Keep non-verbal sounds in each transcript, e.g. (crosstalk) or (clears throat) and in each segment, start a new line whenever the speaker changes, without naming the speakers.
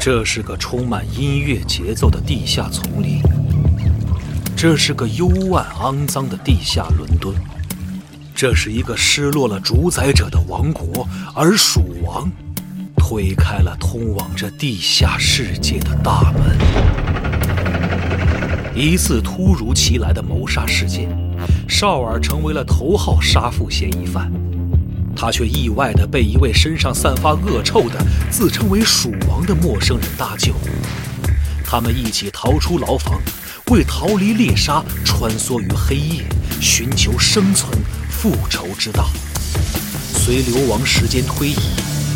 这是个充满音乐节奏的地下丛林，这是个幽暗肮脏的地下伦敦，这是一个失落了主宰者的王国，而蜀王推开了通往这地下世界的大门。一次突如其来的谋杀事件，绍尔成为了头号杀父嫌疑犯。他却意外地被一位身上散发恶臭的、自称为蜀王的陌生人搭救。他们一起逃出牢房，为逃离猎杀穿梭于黑夜，寻求生存、复仇之道。随流亡时间推移，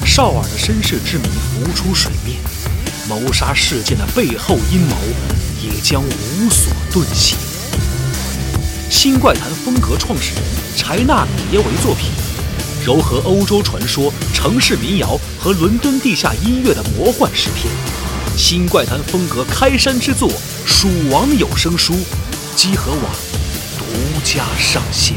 绍尔的身世之谜浮出水面，谋杀事件的背后阴谋也将无所遁形。新怪谈风格创始人柴纳米耶为作品。糅合欧洲传说、城市民谣和伦敦地下音乐的魔幻诗篇，新怪谈风格开山之作《蜀王有声书》，积禾网独家上线。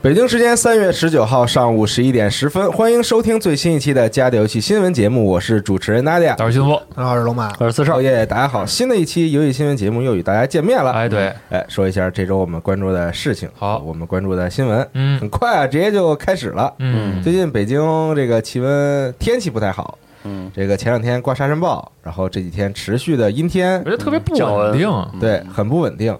北京时间三月十九号上午十一点十分，欢迎收听最新一期的《家里游戏新闻节目》，我是主持人娜迪亚。
大伙幸福，
大家好，我是龙马。
我是四少
少。爷，大家好！新的一期游戏新闻节目又与大家见面了。
哎，对，
哎，说一下这周我们关注的事情，
好
我们关注的新闻，
嗯
很快啊，直接就开始了。
嗯
最近北京这个气温天气不太好，
嗯，
这个前两天刮沙尘暴，然后这几天持续的阴天
我觉，得特别不稳定，
对，很不稳定。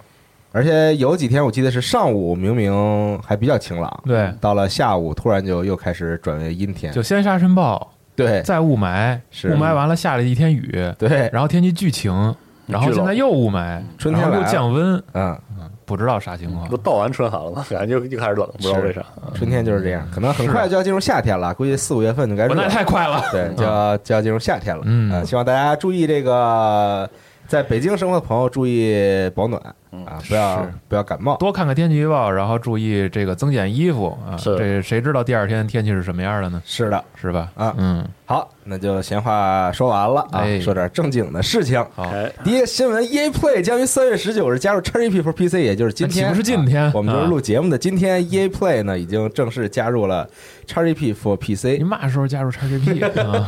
而且有几天我记得是上午明明还比较晴朗，
对，
到了下午突然就又开始转为阴天，
就先沙尘暴，
对
再雾霾，
是
雾霾完了下了一天雨，
对，
然后天气巨晴，然后
巨冷
现在又雾霾，
春天
然后
来
又
了
降温，
嗯，
不知道啥情况
都。到完春寒了嘛，感觉又又开始冷，不知道为啥。
春天就是这样，可能很快就要进入夏天了，估计四五月份就该
我
热
那
了。
嗯太
(laughs)
快了，
对，就要就要进入夏天了。
嗯
啊希望大家注意这个，在北京生活的朋友注意保暖啊，不要
嗯是
不要感冒。
多看看天气预报，然后注意这个增减衣服啊。
是
这谁知道第二天天气是什么样的呢？
是的，
是吧？
啊
嗯，
好，那就闲话说完了啊，
哎
说点正经的事情。
好，
哎，
第一个新闻，EA Play 将于三月十九日加入 XGP for PC，也就是今天，
那岂不是今天
啊我们就是
啊
录节目的今天，EA Play 呢已经正式加入了 XGP for
你
PC。
嘛时候加入 XGP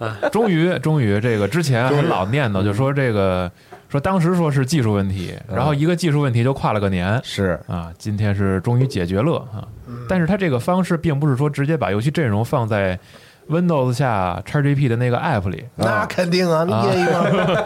啊？终于，终于，这个之前很老念叨，就说这个，说当时说是技术问题，
嗯
然后一个技术问题就跨了个年
是，
啊，今天是终于解决了啊。但是它这个方式并不是说直接把游戏阵容放在 Windows 下 XGP 的那个 App 里。
那肯定啊，那业余嘛，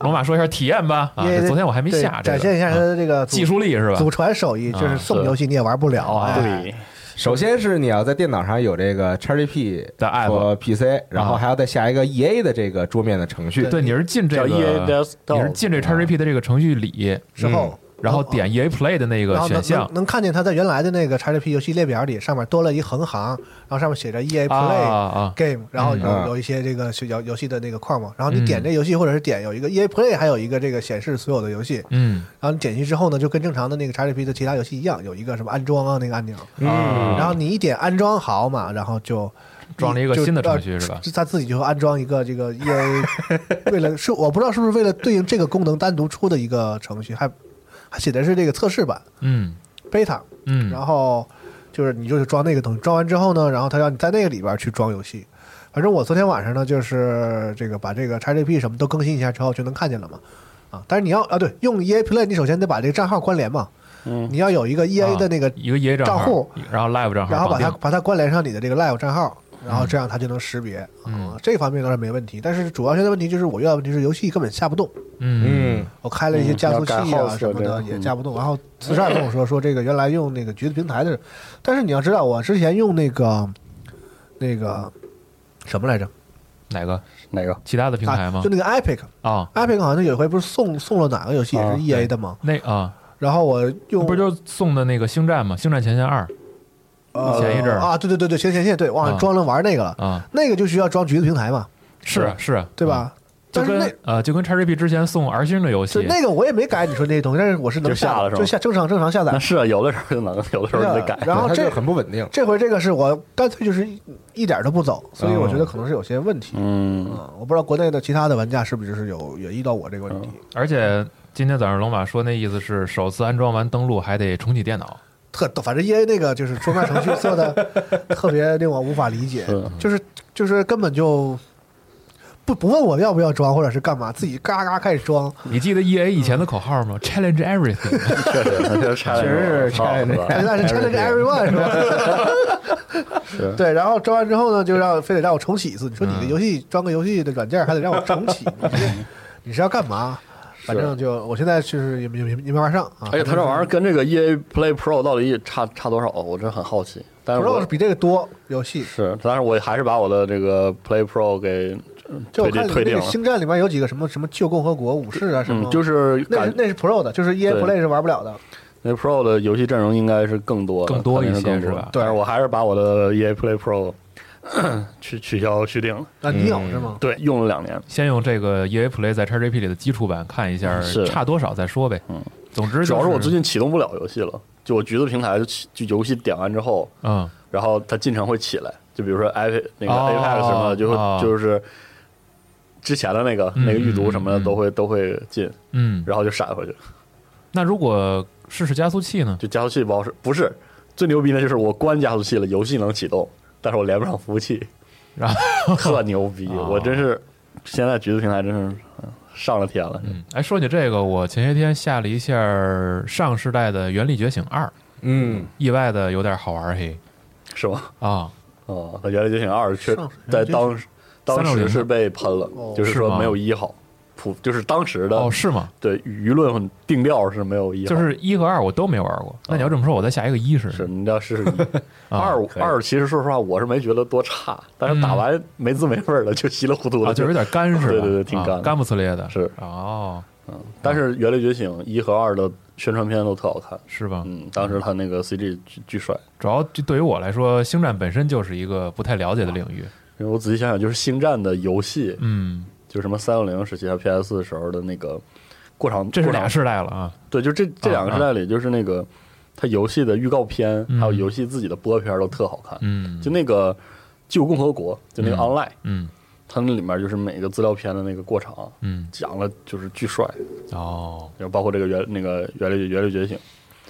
龙马说一下体验吧 (laughs) 啊，
业余
这昨天我还没
对
下这个，
展现一下他
啊
的这个祖
技术力是吧啊
祖？传手艺，就是送
是
游戏你也玩不了啊。哎
对，
首先是你要在电脑上有这个 XGP
的 app
和 PC，然后
啊
还要再下一个 EA 的这个桌面的程序。
对，你是进这
叫
E
EA
个，
Desktop，
你是进这 XGP 的这个程序里，
之后，
然后点 EA Play 的那
哦然
个
后能
嗯选项
能。能看见他在原来的那个 XGP 游戏列表里上面多了一横行，然后上面写着 EA
啊
，E Play。
啊！
Game，然后
嗯
有有一些这个游游戏的那个框嘛，然后你
嗯
点这游戏或者是点有一个 EA Play，还有一个这个显示所有的游戏，
嗯，
然后你点进去之后呢，就跟正常的那个 XGP 的其他游戏一样，有一个什么安装啊那个按钮，
啊
然后你一点安装好嘛，然后就
装了一个
就
新的程
呃
序是吧？
就他自己就会安装一个这个 EA，为了是我不知道是不是为了对应这个功能单独出的一个程序，还还写的是这个测试版
嗯
beta，
嗯，
然后就是你就是装那个东西，装完之后呢，然后他让你在那个里边去装游戏。反正我昨天晚上呢，就是这个把这个 XGP 什么都更新一下之后就能看见了嘛。啊，但是你要啊对，用 EA Play 你首先得把这个账号关联嘛，
嗯，
你要有一个 EA 的那个
啊一个 EA 账
账户，
然后 Live 账号，
然后把它
绑定
把它关联上你的这个 Live 账号，然后这样它就能识别。
嗯
啊，这方面倒是没问题，但是主要现在问题就是我遇到的问题是游戏根本下不动，
嗯
嗯，
我开了一些加速器
嗯要改
啊
host
什么
这
的
样
也架不动。然后四十二跟我说说这个原来用那个橘子平台的，但是你要知道我之前用那个那个什么来着？
哪个
哪个？
其他的平台吗
啊、就？那个 Epic，Epic
啊，
好像有一回不是送送了哪个游戏也
啊
是 EA 的吗？
那啊，
然后我用
不是就是送的那个《星战》吗？《星战前线二
呃
前一阵儿
啊，对对对对，前前线对，忘了
啊
装了玩那个了》，
啊，
那个就需要装橘子平台嘛，
是啊是啊，
对
啊？
吧？
就
但是那
跟呃，就跟 XGP 之前送 R 星的游
对
戏，
那个我也没改你说那些东西，但是我是能
就下
下
了
的
是吧
就下正常正常下载
那。是啊，有的时候就能，有的时候就得改。
然
它
后
就
这
很不稳定。
这回这个是我干脆就是一一点儿都不走，所以我觉得可能是有些问题。
嗯，
嗯，我不知道国内的其他的玩家是不是就是有也遇到我这个问题，
嗯
而且今天早上龙马说那意思是首次安装完登录还得重启电脑，
特反正 E A 那个就是出卖程序
(laughs)
做的特别令我无法理解，
是
就是就是根本就不不问我要不要装或者是干嘛，自己嘎嘎开始装，
你记得 E A 以前的口号吗？Challenge everything，
确实，他就是拆了，
确实是拆了
(laughs) 现在
(laughs)
是 challenge everyone 是吧？
是嗯
对，然后装完之后呢，就让非得让我重启一次，你说你的游戏装个游戏的软件还得让我
(laughs)
重启，你是要干嘛？反正就我现在就是也没也没也没玩上啊。
而且哎他这玩意儿跟这个 EA Play Pro 到底差差多少，我真很好奇。但是我
，Pro 比这个多游戏，
是，但是我还是把我的这个 Play Pro 给
就我
退
看
定
你
退
那
定
个
了。
星战里面有几个什么什么旧共和国武士啊什么，
嗯，就是
那
感
是那是 Pro 的，就是 EA
对
Play 是玩不了的。
那 Pro 的游戏阵容应该是更多的，
更多一些
肯定是更
是
多
吧
但是我还是把我的 EA Play Pro (clears throat) 去取消续订了。
啊，你有是吗？
对，用了两年。
先用这个 E A Play 在 XGP 里的基础版看一下
是
差多少再说呗。
嗯，
总之
主
就
要
是
是我最近启动不了游戏了，就我橘子平台就起就游戏点完之后，
嗯
然后它进程会起来，就比如说 i 那个
哦
Apex 什么的，就
哦
会就是之前的那个
嗯
那个狱卒什么
嗯嗯
的都会都会进，
嗯，
然后就闪回去。
那如果试试加速器呢？
就加速器不好使，不是最牛逼的就是我关加速器了，游戏能启动，但是我连不上服务器，
然后
特牛逼！
(laughs) 哦
我真是现在橘子平台真是嗯上了天了。
嗯，哎，说起这个，我前些天下了一下上世代的《原力觉醒二》，
嗯，
意外的有点好玩儿嘿
是吗？
啊！
哦，那原来觉醒二确
上
在当时当时
360
是被喷了
哦，
就是
是吗
说没有一好，普就是当时的
哦，是吗？
对舆论定调是没呃有一好，
就是一和二我都没玩过，那你要这么说，我再下一个一试试
是你要
(laughs)
试试一
啊嗯
二
可以
二，其实说实话我是没觉得多差，但是打完没滋没味儿的，就稀里糊涂
啊，
的，
就是有点干似的，
对对对挺干
啊
的
干不呲咧的，
是
哦，
但是《原力觉醒》一和二的宣传片都特好看，
是吧？
嗯，当时他那个 CG 巨巨帅，
主要这对于我来说，星战本身就是一个不太了解的领域，
因为我仔细想想，就是《星战》的游戏，
嗯，
就是什么三六零时期还有 PS 时候的那个过场，
这是
过场
俩世代了啊，
对，就这这两个
啊
时代里，就是那个它游戏的预告片，
嗯
还有游戏自己的播片都特好看，
嗯
就那个旧共和国，就那个
嗯
Online，、
嗯
它那里面就是每个资料片的那个过场。
嗯，
讲了就是巨帅，
哦，
然后包括这个原那个原力原力觉醒，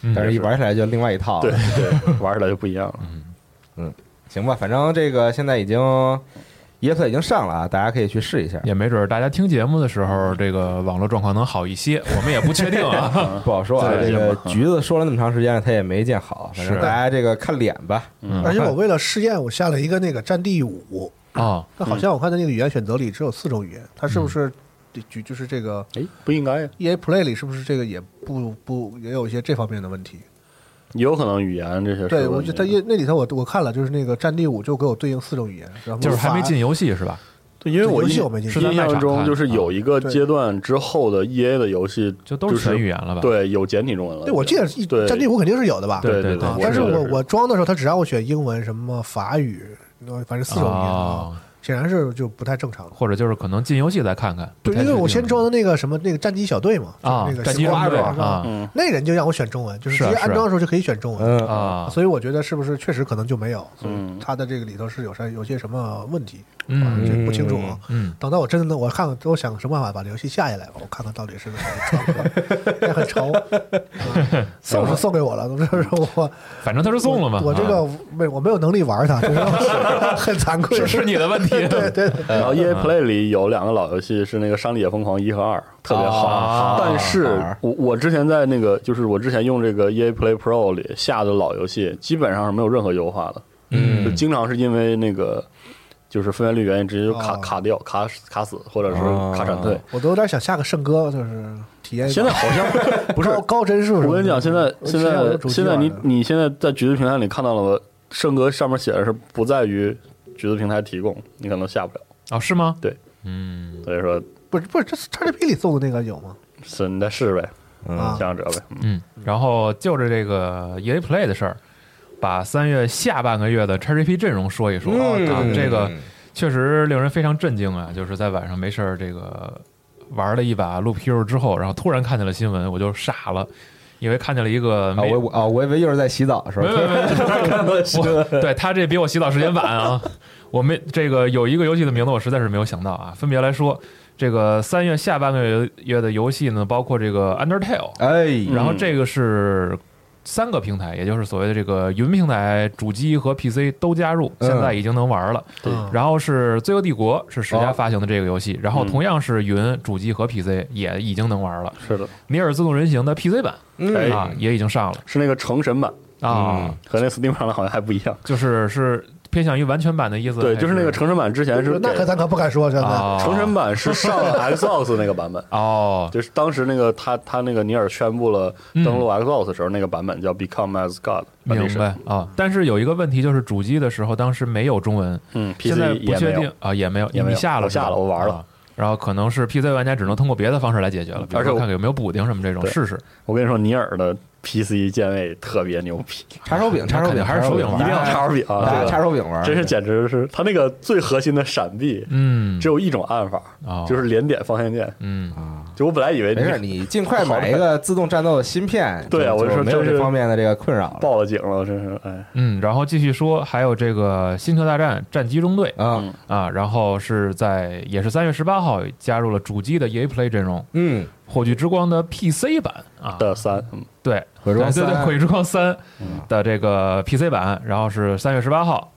嗯
但是一玩起来就另外一套了。
对嗯对，玩起来就不一样了。
行吧，反正这个现在已经耶特已经上了啊，大家可以去试一下，
也没准儿大家听节目的时候，这个网络状况能好一些，我们也不确定 (laughs) 啊。
不好说啊。
对
这个
行吧
橘子说了那么长时间了，他也没见好，反正
是
大家这个看脸吧。
嗯
而且我为了试验，我下了一个那个《战地五》，
哦，
那好
嗯
像我看的那个语言选择里只有四种语言，它是不是就就是这个
哎，不应该呀，
EA E Play 里是不是这个也不不也有一些这方面的问题？
有可能语言这些是
对，
问
我
题
觉
的。
得它那里头我我看了，就是那个《战地五》就给我对应四种语言，然后
就是还没
法
进游戏是吧？
对，因为我
游
印
戏我没进去
是在
印
卖场
象中
看
就是有一个
对
阶段之后的 E A 的游戏
就都是全语言了吧？，
对，有简体中文了。
对，我记得一
对
《战地五》肯定是有的吧？
对
对
对
啊，，
我
但是
记得
我我装的时候，它只让我选英文、什么法语，反正四种语言啊，
哦，
显然是就不太正常。
或者就是可能进游戏再看看。
对，
不太
因为我
确定
先装的那个什么那个战机小队嘛，
啊
就是那，个
战机装
西
备
瓜是吧
啊
嗯
那人就让我选中文，就是
是
直
啊
接
是啊
安装的时候就可以选中文。
嗯，
啊，
所以我觉得是不是确实可能就没有，所以
嗯
它的这个里头是有啥有些什么问题，
嗯
这不清楚啊。
嗯，
等到我真的我看看，我想什么办法把这游戏下下来吧，我看看到底是怎么装，也
(laughs)
很愁。啊送是送给我了，总之是我
反正他是送了嘛。
我这
啊
个没我没有能力玩
(laughs)
它，就是很惭愧。
是是你的问题。嗯
对对对，
然后 E A Play 里有两个老游戏是那个《商业疯狂》一和二，特别
啊
好。但是
好
我我之前在那个就是我之前用这个 E A Play Pro 里下的老游戏，基本上是没有任何优化的，就
嗯
经常是因为那个就是分辨率原因直接就卡
哦
卡掉、卡卡死或者是卡闪退。
我都有点想下个圣歌，就是体验一把。
哦现在好像不是
高高帧数什么的，
我跟你讲，现在
(laughs) 我
现
之前我有
在
主机
现在
玩
你
的
你现在在橘子平台里看到了吗？圣歌上面写的是不在于橘子平台提供，你可能下不了。
哦，是吗？
对，
嗯
所以说，
不是不是，这是 XGP 里送的那个有吗？
是你再试呗，
啊
嗯，
想想辙呗。嗯
嗯。然后就着这个 EA Play 的事儿，把三月下半个月的 XGP 阵容说一说、
嗯
嗯
嗯
啊。这个确实令人非常震惊啊！就是在晚上没事儿这个玩了一把《路皮 o 之后，然后突然看见了新闻，我就傻了，因为看见了一个
啊，
没、
我我啊，我以为又是在洗澡是
没
吧？
没没，我对他这比我洗澡时间晚啊。我没这个有一个游戏的名字，我实在是没有想到啊。分别来说，这个三月下半个月的游戏呢，包括这个 Undertale，
哎，
嗯
然后这个是三个平台，也就是所谓的这个云平台、主机和 PC 都加入，
嗯
现在已经能玩了。
对
啊
然后是《罪恶帝国》是十
哦
家发行的这个游戏，然后
嗯
同样是云主机和 PC 也已经能玩了，
是的，
《尼尔：自动人形》的 PC 版
哎
嗯
啊也已经上了
嗯是那个成神版
啊。
嗯
和那 Steam 上的好像还不一样。
就是是偏向于完全版的意思，
对，
还
就是那个成神版之前是啊
那
给
可咱可不敢说，真的。
哦
成神版是上了 Xbox 那个版本，
哦，
啊就是当时那个他他那个尼尔宣布了
嗯
登陆 Xbox 的时候，那个版本叫 Become as God，
明白啊。但是有一个问题，就是主机的时候当时没有中文，
嗯
现在
，PC
不
也
确
没
定
有，
啊，也没有，
也没有
你下了
我下了
是吧
我玩了
啊然后可能是 PC 玩家只能通过别的方式来解决了，比如
而且
说
我
看看有没有补丁什么这种
对
试试。
我跟你说，尼尔的 PC 键位特别牛
(laughs)
逼，
叉烧饼，叉烧饼
还是手柄
一
玩
定要叉手柄
大
啊，
家
这
哎叉
个
烧饼玩，
真是简直是他那个最核心的闪避，
嗯，
只有一种按法，
哦
就是连点方向键。
嗯
啊。
就我本来以为
没事，
你
你尽快买一个自动战斗的芯片。
对啊
就
我就说
没有
真
这
是
方面的这个困扰了
报了警了，真是哎，
嗯，然后继续说，还有这个《星球大战：战机中队》
啊。
嗯
啊，然后是在也是三月十八号加入了主机的 EA Play 阵容，
嗯，
《火炬之光》的 PC 版啊，
的三，嗯
对，
鬼装
对对对，《
三
鬼之光三
嗯》
的这个 PC 版，然后是三月十八号，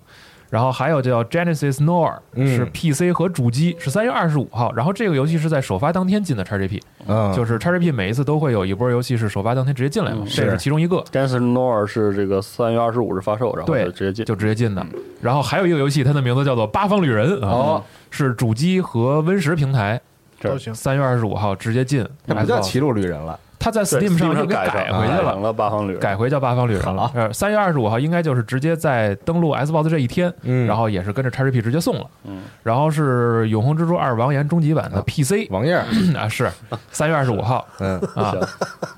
然后还有叫 Genesis Noir，
嗯
是 PC 和主机，是三月二十五号。然后这个游戏是在首发当天进的 XGP，
嗯，
就是 XGP 每一次都会有一波游戏是首发当天直接进来嘛，
嗯
这
是
是其中一个，
Dance Nor 是这个三月二十五日发售，然后
对
就直接进，
就直接进的。然后还有一个游戏，它的名字叫做《八方旅人》啊，
哦，
是主机和 Win 十平台，
这
都行，
三月二十五号直接进。
它不叫
Xbox
歧路旅人了，
它在
对
Steam 上
上
又给
改
改
上
回去了
成。了啊八方旅人，
改回叫八方旅人了
好。
呃，三月二十五号应该就是直接在登录 Xbox 这一天，
嗯
然后也是跟着 XGP 直接送了。
嗯，
然后是《永恒之珠二：王岩》终极版的 PC
王爷儿，
(clears throat) 啊，是三月二十五号
嗯，
啊
行。，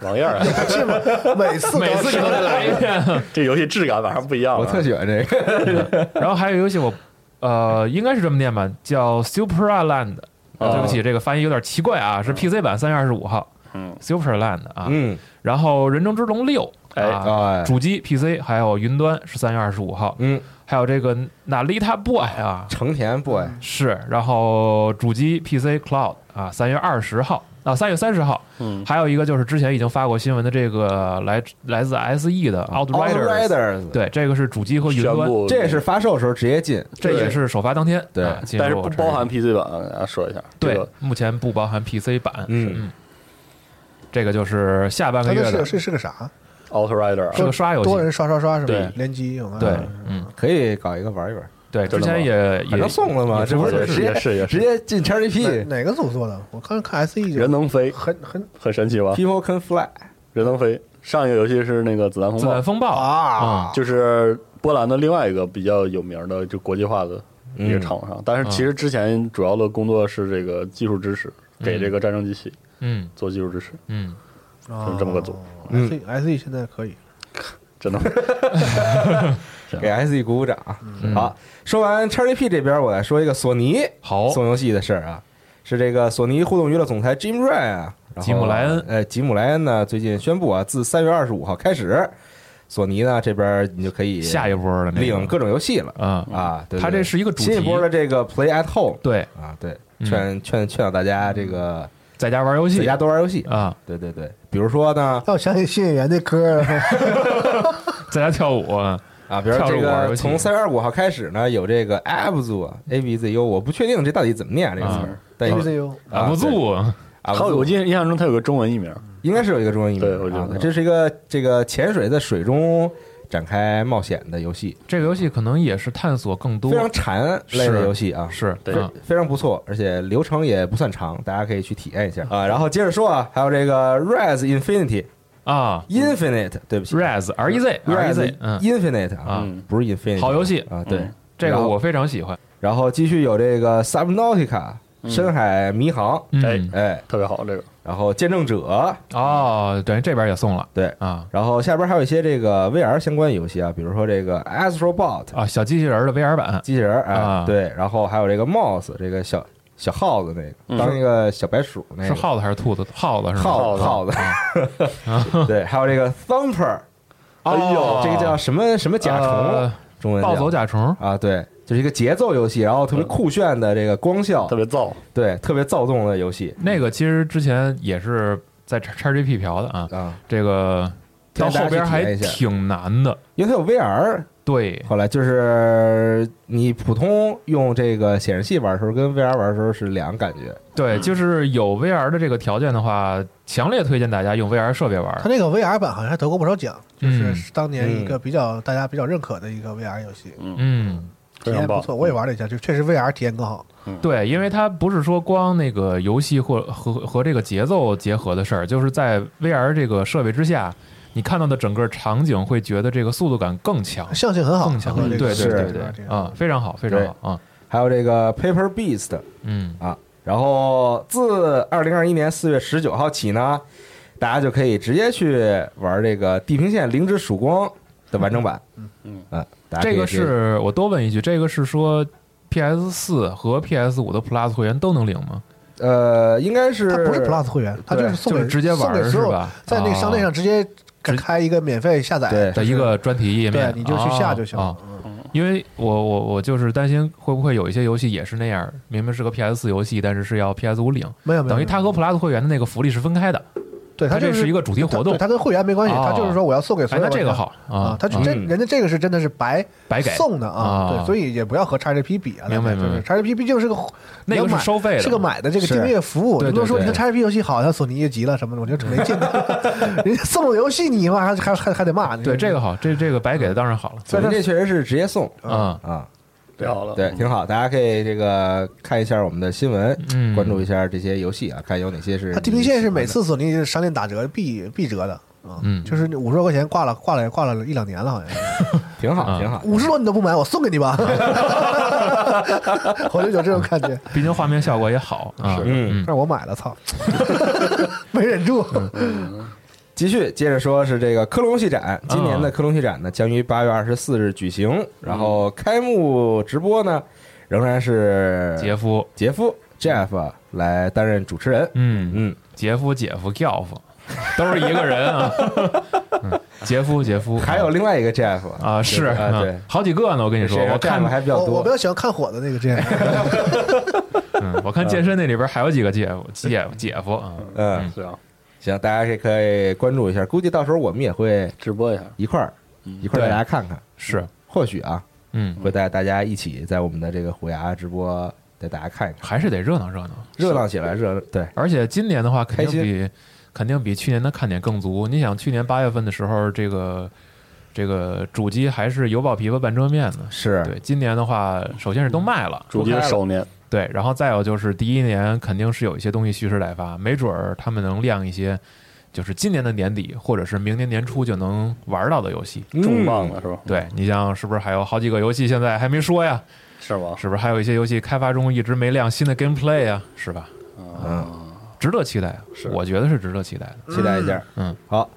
王燕儿，啊 (laughs)
是吗？每次
每次你都得来一
(laughs)
遍。
这游戏质感马上不一
(laughs)
样了。
我特喜欢这个，
然后还有游戏我，呃，应该是这么念吧，叫 Superland。
哦
啊对不起，这个翻译有点奇怪啊，是 PC 版三月二十五号
嗯，
Superland 啊。
嗯，
然后《人中之龙六》啊，
哎，
主机 PC 还有云端是三月二十五号，
嗯，
还有这个《娜丽塔 boy》啊，
成田 boy，
是，然后主机 PC Cloud 啊，三月二十号啊，三月三十号，
嗯，
还有一个就是之前已经发过新闻的这个来来自 SE 的 Outriders，
Outriders，，
对，这个是主机和
嗯
云
宣
端，
布
这是发售时候直接进，
这也是首发当天，
对
啊进入
但是不
我这
包含 PC 版啊，给大家说一下。这
对
个，
目前不包含 PC 版，
嗯
嗯，这个就是下半
他
个月
那是
的
是是个啥？
Outrider
是
啊
个刷游戏
多人刷刷刷是
对
吧？联机有吗？啊
对，嗯，
可以搞一个玩一玩，
对，之前也
反
也
正送了嘛，
也
这不
也
直
是
接
也是也
直
是，
接进
哪
XGP，
哪个组做的？我看看 SE 就
人能飞，
很很
很神奇吧？
People Can Fly，
人能飞。上一个游戏是那个子弹风
子
暴
弹，风暴
啊，
就是波兰的另外一个比较有名的就国际化的一个
嗯
厂商，但是其实之前主要的工作是这个技术支持，给这个战争机器
嗯
做技术支持，
嗯，
啊
就是这么个组。
嗯
SE SE E，现在可以，
真的。
给 SE 鼓鼓掌。
嗯
好，说完 XGP 这边，我再说一个索尼
好，
送游戏的事儿啊，是这个索尼互动娱乐总裁 Jim Ryan 啊，然后
吉姆莱恩
呃，吉姆莱恩呢最近宣布啊，自三月二十五号开始，索尼呢这边你就可以
下一波的那
领
个，
各种游戏了
嗯，
啊。对对
它这是一个主
新一
题
波的这个 Play at Home
对，
啊，对，
嗯
劝劝劝导大家这个
在家玩游戏
在家多玩游戏。
啊，
对对对，比如说呢
让我想起新演员那歌啊了。
(laughs)
在家跳舞啊，
啊，比如说
跳着
这
舞玩
个
游戏
从三月二十五号开始呢，有这个 Abzu A B Z U，我不确定这到底怎么念啊这个词儿
啊，
但有
ABCU
啊不住 (laughs) 啊，
还有，我记得印象中它有个中文译名，
应该是有一个中文译名。
对我觉得
啊这是一个这个潜水在水中展开冒险的游戏，
这个游戏可能也是探索更多
非，常禅类的
是
游戏啊，
是，
对
嗯
非常不错，而且流程也不算长，大家可以去体验一下啊。然后接着说啊，还有这个 Rise Infinity
啊
Infinite，对不起
r e s R E Z R E
Rise
Z，嗯，
Infinite
啊
不是 Infinity，
好游戏
啊，对
嗯，
这个
然后
我非常喜欢。
然后继续有这个 Subnautica 深海迷航，
嗯，
哎，
特别好这个。
然后见证者，
哦，等于这边也送了
对，
啊
然后下边还有一些这个 VR 相关游戏啊，比如说这个 Astrobot
啊，小机器人的 VR 版
机器人儿哎
啊
对，然后还有这个 Mouse 这个小小耗子那个
嗯
当一个小白鼠那
是
个。
耗子还是兔子？耗啊子是吗？
耗子，耗子， (laughs) 对，还有这个 Thumper，
哎呦
这个叫什么什么甲虫
呃？
中文叫
暴走甲虫，
啊，对，就是一个节奏游戏，然后特别酷炫的这个光
哦
效
特，别燥，
对，特别躁动的游戏
那个其实之前也是在叉叉 GP 嫖的啊，
啊，
这个到后
大
边
家
还
去体验一下
挺难的。
因为它有 VR，
对，
后来就是你普通用这个显示器玩的时候，跟 VR 玩的时候是两个感觉。
对，就是有 VR 的这个条件的话，强烈推荐大家用 VR 设备玩
它。那个 VR 版好像还得过不少奖，就
嗯
是当年一个比较大家比较认可的一个 VR 游戏，
嗯，
体
非常
验
棒
不错。我也玩了一下，就确实 VR 体验更好。
对，因为它不是说光那个游戏或和和这个节奏结合的事儿，就是在 VR 这个设备之下，你看到的整个场景会觉得这个速度感更强。
向性很好，
更强
啊和
了，
这
嗯对
个
对
是
对
这
对
个这，个
啊，非常好，非常好啊，
还有这个 Paper Beast
嗯，
啊，然后自二零二一年四月十九号起呢，大家就可以直接去玩这个《地平线：零之曙光》的完整版。嗯
嗯
嗯，大家可
这
以
个
直接
是我多问一句，这个是说 PS 四和 PS 五的 Plus 会员都能领吗？
呃，应该是
它不是 Plus 会员，它
对
就是送
就
给
是直接
送给
玩
所
是
有
吧？
在
啊
那个商店上直接
直
开一个免费下载
对
的一个专题页面
对，，你就去下就行
啊
了
啊。
嗯
因为我我我就是担心会不会有一些游戏也是那样，明明是个 PS 四游戏，但是是要 PS 五领，
没有没有，
等于它和 Plus 会员的那个福利是分开的，
对它
它
就
这是一
个
个主题活动。
它跟会员没关系，
哦
它就是说我要送给所
哎，
有
那
玩家。
这个好
啊
啊，，
它是真
嗯
人家这个是真的是白
白给，
送的
啊
啊，对，所以也不要和 XGP 比啊，
明白
就
明白
是 XGP 毕竟是个
那个
你要
是
买
收费的，
是个买的这个
是
订阅服务，
对
你不能
对
说你
对
看 XGP 游戏好，像索尼也急了什么的，我觉得没劲的。人家送我游戏你嘛还还还还得骂，
对这个好，这这个白
嗯
给的当然好了，
所以这确实是直接送
啊，
啊，
太好了。
对，
嗯
挺好。大家可以这个看一下我们的新闻，
嗯，
关注一下这些游戏啊，看有哪些是
它地平线是每次索尼商店打折必必折的。啊
嗯
就是五十多块钱挂了，挂了也挂了一两年了，好像
挺
啊
好，挺好。
五十多你都不买，我送给你
(laughs)
吧，我就有这种感觉。
毕竟画面效果也好啊，
嗯，
但是我买了，操， (laughs) 没忍住。
继续接着说是这个科隆戏
啊
展，今年的科隆戏展呢将于八月二十四日举行，然后开幕直播呢仍然是
杰夫，
杰夫 Jeff 啊来担任主持人。
嗯，
嗯，
杰夫、姐夫、教父， (laughs) 都是一个人啊， (laughs) 嗯杰夫、杰夫，
还有另外一个 Jeff
啊，是
啊，
嗯
对，
好几个呢，我跟你说，
谁
我看
还比较
哦我我
多
比。较喜欢看火的 (laughs) 那个这样，
嗯，我看健身那里边还有几个姐夫、姐姐夫啊，
嗯，
是啊，
行，大家也可以关注一下，估计到时候我们也会
直播一下，嗯
一块儿一块儿带大家看看，
是，
或许啊
嗯，
会带大家一起在我们的这个虎牙直播带大家看一看，
还是得热闹热闹。
热闹起来，热对，
而且今年的话，肯
开
定
心
比肯定比去年的看点更足。你想，去年八月份的时候，这个这个主机还是油爆琵琶半遮面呢。
是
对，今年的话，首先是都卖了，
主机的首年，
对，然后再有就是第一年肯定是有一些东西蓄势待发，没准儿他们能亮一些，就是今年的年底或者是明年年初就能玩到的游戏。
嗯
重磅了是吧？
对你像是不是还有好几个游戏现在还没说呀？
是吧？
是不是还有一些游戏开发中一直没亮新的 gameplay 啊？是吧？
嗯，
值得期待啊！我觉得是值得期待的。
期待一下。
嗯，
好，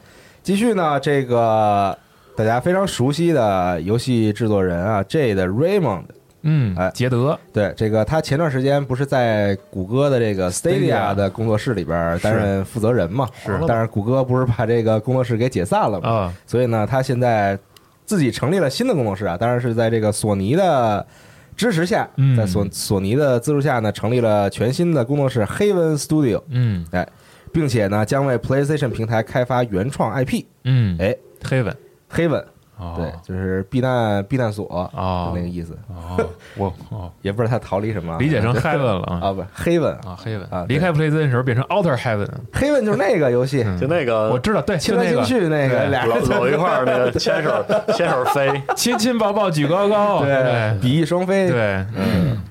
继续呢，这个大家非常熟悉的游戏制作人啊，J 的 Raymond，
嗯，
哎
捷德，
对这个他前段时间不是在谷歌的这个
Stadia
Stadia 的工作室里边担任负责人嘛？
是
但是谷歌不是把这个工作室给解散了嘛？
啊，
所以呢，他现在自己成立了新的工作室啊，当然是在这个索尼的支持下，
嗯
在索索尼的资助下呢，成立了全新的工作室 Haven Studio，哎
嗯
并且呢，将为 PlayStation 平台开发原创 IP
嗯，
哎
，Heaven，
Haven，
哦，
对，就是避难避难所
哦
就那个意思，
哦，我哦，
也不知道他逃离什么 (laughs) 啊，
理解成 Heaven 了啊
啊，不，Haven
啊，Heaven，
啊对
离开 PlayStation 的时候变成 Outer Heaven，
Haven 就是那个游戏，
嗯
就那
呃
个
我知道，对，
亲
就
来
那
亲
个
去那个
对
俩
搂
人
搂一块儿，那个牵手牵手飞，
亲亲抱抱举高高，
(laughs) 对
对
比翼双飞，
对，
嗯，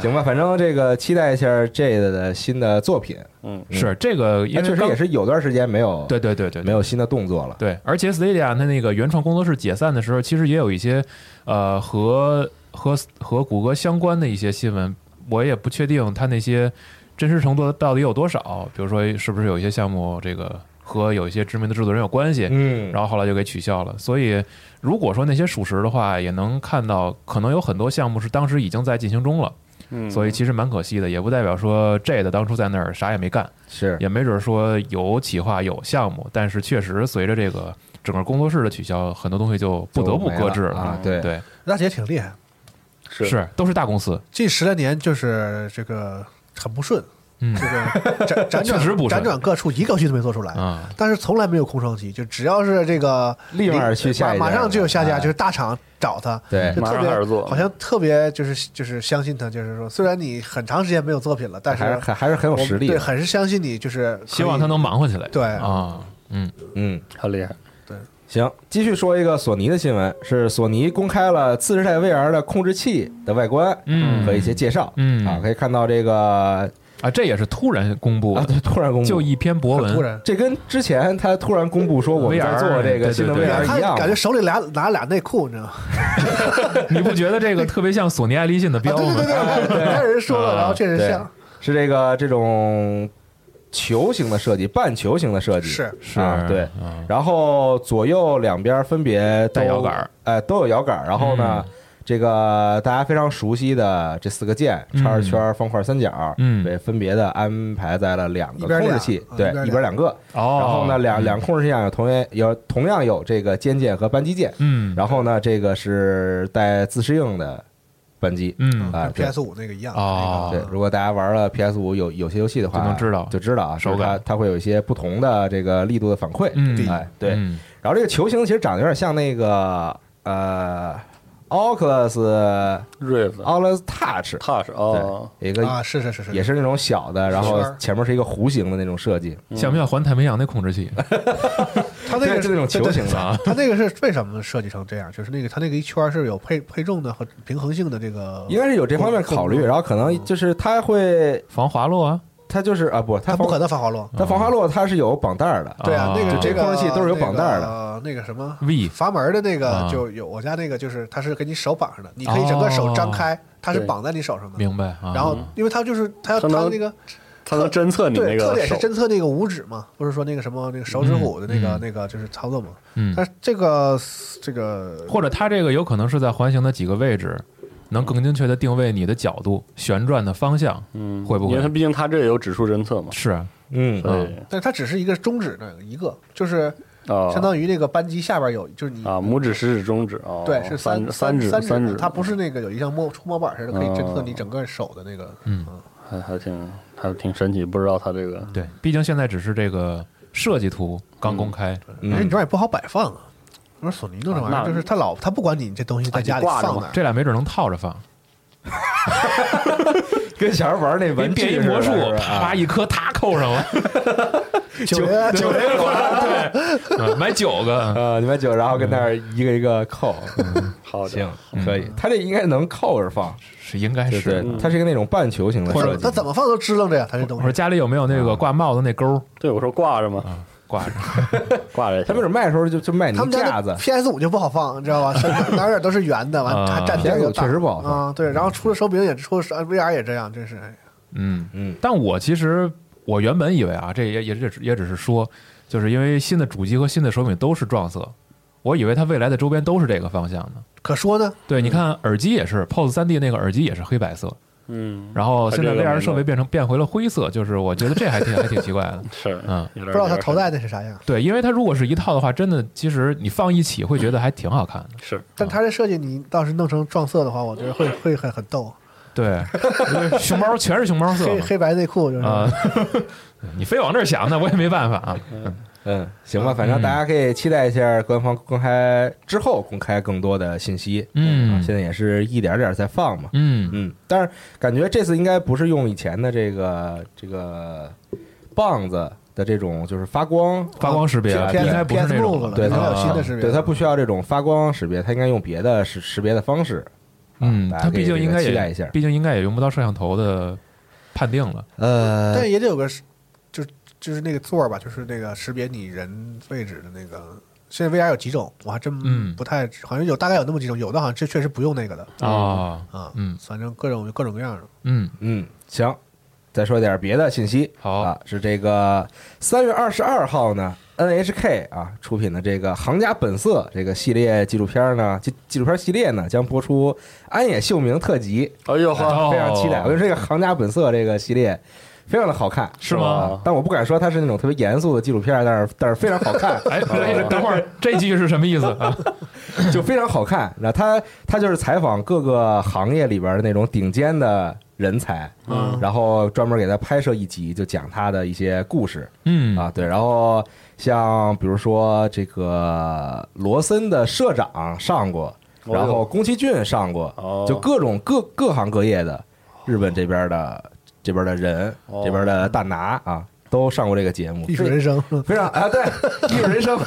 行吧，反正这个期待一下 J 的新的作品，
嗯，
是这个，因
他
为
啊确实
刚
也是有段时间没有
对对对对
没有新的动作了，
对，而且 Stadia 它那个原创工作室解散的时候，其实也有一些呃和和和谷歌相关的一些新闻，我也不确定它那些真实程度到底有多少。比如说，是不是有一些项目这个和有一些知名的制作人有关系？
嗯，
然后后来就给取消了。所以，如果说那些属实的话，也能看到，可能有很多项目是当时已经在进行中了，
嗯
所以其实蛮可惜的。也不代表说 Jade 当初在那儿啥也没干，
是
也没准说有企划有项目，但是确实随着这个整个工作室的取消，很多东西就不得不搁置
就没了啊，对
对，对，
那也挺厉害。
是
是都是大公司，
近十来年就是这个很不顺，
嗯
(laughs)
这个辗辗
确实
转
不顺
辗转各处，一个游戏都没做出
嗯
来。
啊，
但是从来没有空窗期，就只要是这个
(laughs) 立马去下
马
一家
马上就有下家，
哎
就是大厂找他，
对
就
马
特
上
别
开始做
好像特别就是就是相信他，就是说虽然你很长时间没有作品了，但是
还是还还是很有
我们
实力啊
对，
的，
很是相信你，就是可以
希望他能忙活起来。
对
啊，嗯，
嗯。
很厉害，
行，继续说一个索尼的新闻，是索尼公开了次世代 VR 的控制器的外观，
嗯
和一些介绍，
嗯
啊，可以看到这个
啊，这也是突然公布
啊，
的，
对，突然公布，
就一篇博
很
文
突，然。
这跟之前他突然公布说我们在
VR
做这个新的
对对
啊他
VR 一样，啊
感觉手里俩拿俩内裤，你知道吗？
(laughs) 你不觉得这个特别像索尼爱立信的
啊对
标
(laughs) 对
吗
对？对，还有人说了，然后确实
啊对
像，
是这个这种球形的设计，半球形的设计
是
是
啊，对。
嗯
然后左右两边分别都
带摇杆儿，
哎，都有摇杆儿。然后呢，
嗯
这个大家非常熟悉的这四个键，
嗯
叉、圈、方块、三角，
嗯
被分别的安排在了两
一
个
边
控制
俩
器
啊，
对
一边，
一边两个。
哦，
然后呢，两两
嗯
控制器上有同样有同样有这个尖键和扳机键。
嗯，
然后呢，这个是带自适应的扳机，
嗯
啊，
跟
对
PS 五那个一样
哦
对，如果大家玩了 PS 五有有些游戏的话，
就能知道
就知道啊，
手
就是它
感
它会有一些不同的这个力度的反馈，
嗯
哎，对。
嗯
然后这个球形其实长得有点像那个呃，Oculus
Rift
Oculus Touch，
Touch 啊，
哦
对，一
那
个
个啊，是是是是，
也是那种小的，然后
圈儿
前面是一个弧形的那种设计，
像不像环太平洋那控制器
他那
对
个
就那种
对
球
对
形的啊
(laughs) 他那个是为什么设计成这样？就是那个他那个一圈是有配配重的和平衡性的这个，
应该是有这方面考虑，
嗯
然后可能就是它会，
防滑落啊？
它就是啊不，
它
它
不可
防
能防滑落。
嗯
它防滑落它是有绑带儿的，
对啊，那个
这
这个
控制器都是有绑带儿的
的，那个什么
嗯
V
阀门的那个
啊
就有，我家那个就是它是给你手绑上的，你可以
哦
整个手张开，它是
对
绑在你手上的。
明白啊？
然
嗯
后，因为它就是它要它
它能
那个
它能侦测你那
对特
个
点是
手，
侦测那个五指嘛，不是说那个什么那个手指虎的那个
嗯嗯
那个就是操作嘛。
嗯，
它这个这个
或者它这个有可能是在环形的几个位置，能更精确的定位你的角度、旋转的方向，
嗯，
会不会
因为它毕竟它这也有指数侦测嘛，
是啊
嗯
所以
嗯
但是它只是一个中指那个一个，就是
啊，
相当于那个扳机下边有，就是你
啊，拇指、食指、中指啊，
对是
三
三
指啊
三
三
的它不是那个有一像摸触摸板似的，可以侦测你整个手的那个。
嗯
还还挺还挺神奇，不知道它这个
对，毕竟现在只是这个设计图刚公开，
而且
嗯
哎你这玩意儿也不好摆放啊。我说索尼弄这玩意
啊
儿，
那
就是他老他不管你这东西在家里
啊你挂着
放
嘛
哪儿，
这俩没准能套着放，
跟小孩玩那
给
玩
你变
具
一
似的
魔术
是，吧啊
啪一颗，它扣上了，
九爷
九个， (laughs) 对，
(laughs)
嗯买九个，
呃，你们九，然后跟那儿一个一个扣，嗯
好
行
的，
嗯
可以。它这应该能扣着放，
是应该
对
是
对，它是一个那种半球形的
或者
设计
他，怎么放都支棱着呀，他这东
我说
西。
家里有没有那
啊
个挂帽子那钩儿
对我说挂着嘛，
挂着？
挂着也
它
行，
没准卖的时候就就卖你
他们
架
家
子
的，PS 五就不好放，你知道吧？ (laughs) 是哪哪都是圆的，完
啊
还占地儿又
PS5
大
确实不好放
啊。对，然后出了手柄也出了手 VR 也这样，真是。哎
嗯
嗯，
但我其实我原本以为啊，这也也只也只是说，就是因为新的主机和新的手柄都是撞色，我以为它未来的周边都是这个方向呢。
可说呢，
对，你看耳机也是，POS 三 D 那个耳机也是黑白色，
嗯，
然后现在
它这个
VR
没
设备变成变回了灰色，就是我觉得这还挺还挺奇怪的。
是，
嗯，
不
不知道他头戴的是啥样。
对，因为它如果是一套的话，真的其实你放一起会觉得还挺好看的。
是
但他这设计，你要是弄成撞色的话，我觉得会会很很逗。
对，就是熊猫全是熊猫色
黑
嘛
黑白内裤就是。
啊。 (laughs) 你非往这儿想，那我也没办法啊。
嗯，行吧，反正大家可以期待一下官方公开之后公开更多的信息。啊
嗯
现在也是一点点在放嘛。
嗯，
嗯，但是感觉这次应该不是用以前的这个这个棒子的这种就是发光，
发光识别
啊
应该不是
PS
那种啊
Move 了，
对
应该
它
有新的识别。
对它不需要这种发光识别，它应该用别的识识别的方式啊
嗯，
大家
它
可以
毕竟
这个
应该也
期待一下
毕竟应该也用不到摄像头的判定了。
呃，
但也得有个是，就是就是那个座儿吧，就是那个识别你人位置的那个。现在 VR 有几种，我还真
嗯
不太，好像有大概有那么几种，有的好像这确实不用那个的
啊，
啊，
嗯
反正各种各种各样的。
嗯，
嗯，行，再说点别的信息。
好
啊，是这个三月二十二号呢，NHK 啊出品的这个《行家本色》这个系列纪录片呢，纪纪录片系列呢将播出安野秀明特辑，啊
哎呦呵，
哦
非常期待。我觉得这个《行家本色》这个系列。非常的好看，
是吗
啊但我不敢说它是那种特别严肃的纪录片，但是但是非常好看，啊
(laughs) 哎，哎等会儿这句是什么意思啊？
(laughs) 就非常好看。那他他就是采访各个行业里边的那种顶尖的人才，
嗯
然后专门给他拍摄一集，就讲他的一些故事
嗯
啊，对。然后像比如说这个罗森的社长上过，
哦
然后宫崎骏上过
哦，
就各种各各行各业的日本这边的这边的人，
哦
这边的大拿啊，都上过这个节目，
艺术人生，
非常
(laughs)
啊，对，艺术人生，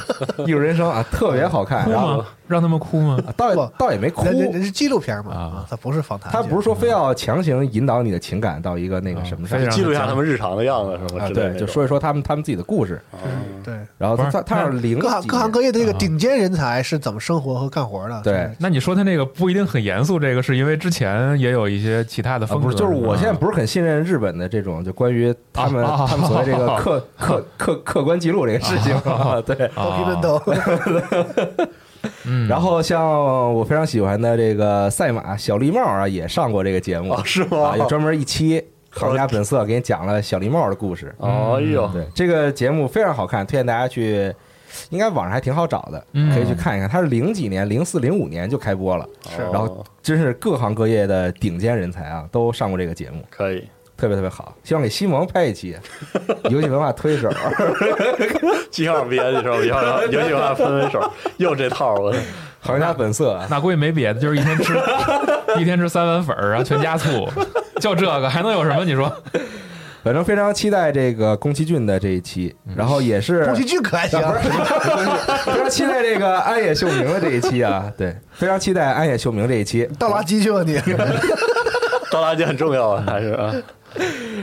艺术人生啊，特别好看。
哭
然后
吗？让他们哭吗？
啊倒也
不
倒也没哭，
人人人是纪录片嘛
啊
啊，它不是访谈节
他
目，
不是说非要强行引导你的情感到一个那个什么上
非常
记录一下他们日哦常的样子什么
啊，
之类的
对，
那种，
就说一说他们他们自己的故事。
嗯
对
然后
不
他
是
他他
那
是零
各行
几
各行
年
各业的这个
啊
顶尖人才是怎么生活和干活的。
对，
那你说他那个不一定很严肃，这个是因为之前也有一些其他的
啊
风
不
格，
是，就是我
吧
现在不是很信任日本的这种，就关于他们
啊啊啊啊
他们所谓这个
(laughs)
客客客客观记录这个事情， (laughs) 对。
都皮们都
嗯，
然后像我非常喜欢的这个赛马小绿帽啊，也上过这个节目
啊是吗
啊，有专门一期《行家本色》给你讲了小绿帽的故事。
哦哎
啊
呦，
对，这个节目非常好看，推荐大家去，应该网上还挺好找的，
嗯
可以去看一看。它是零几年、零四、零五年就开播了，
是
然后真是各行各业的顶尖人才啊，都上过这个节目，
可以，
特别特别好。希望给西蒙拍一
(laughs)
期游戏文化推手，
记号别的时候，以后游戏化分为手， (laughs) 又这套了，
行家本色啊。
那估计没别的，就是一天
(laughs)
吃一天吃三碗粉儿，然后啊全加醋，就这个还能有什么？你说
反正非常期待这个宫崎骏的这一期，
嗯
然后也是
宫崎骏可还行，
非常期待这个安野秀明的这一期
(laughs)
啊，对，非常期待安野秀明这一期。
倒垃圾去吧你。
倒垃圾很重要啊，还是啊，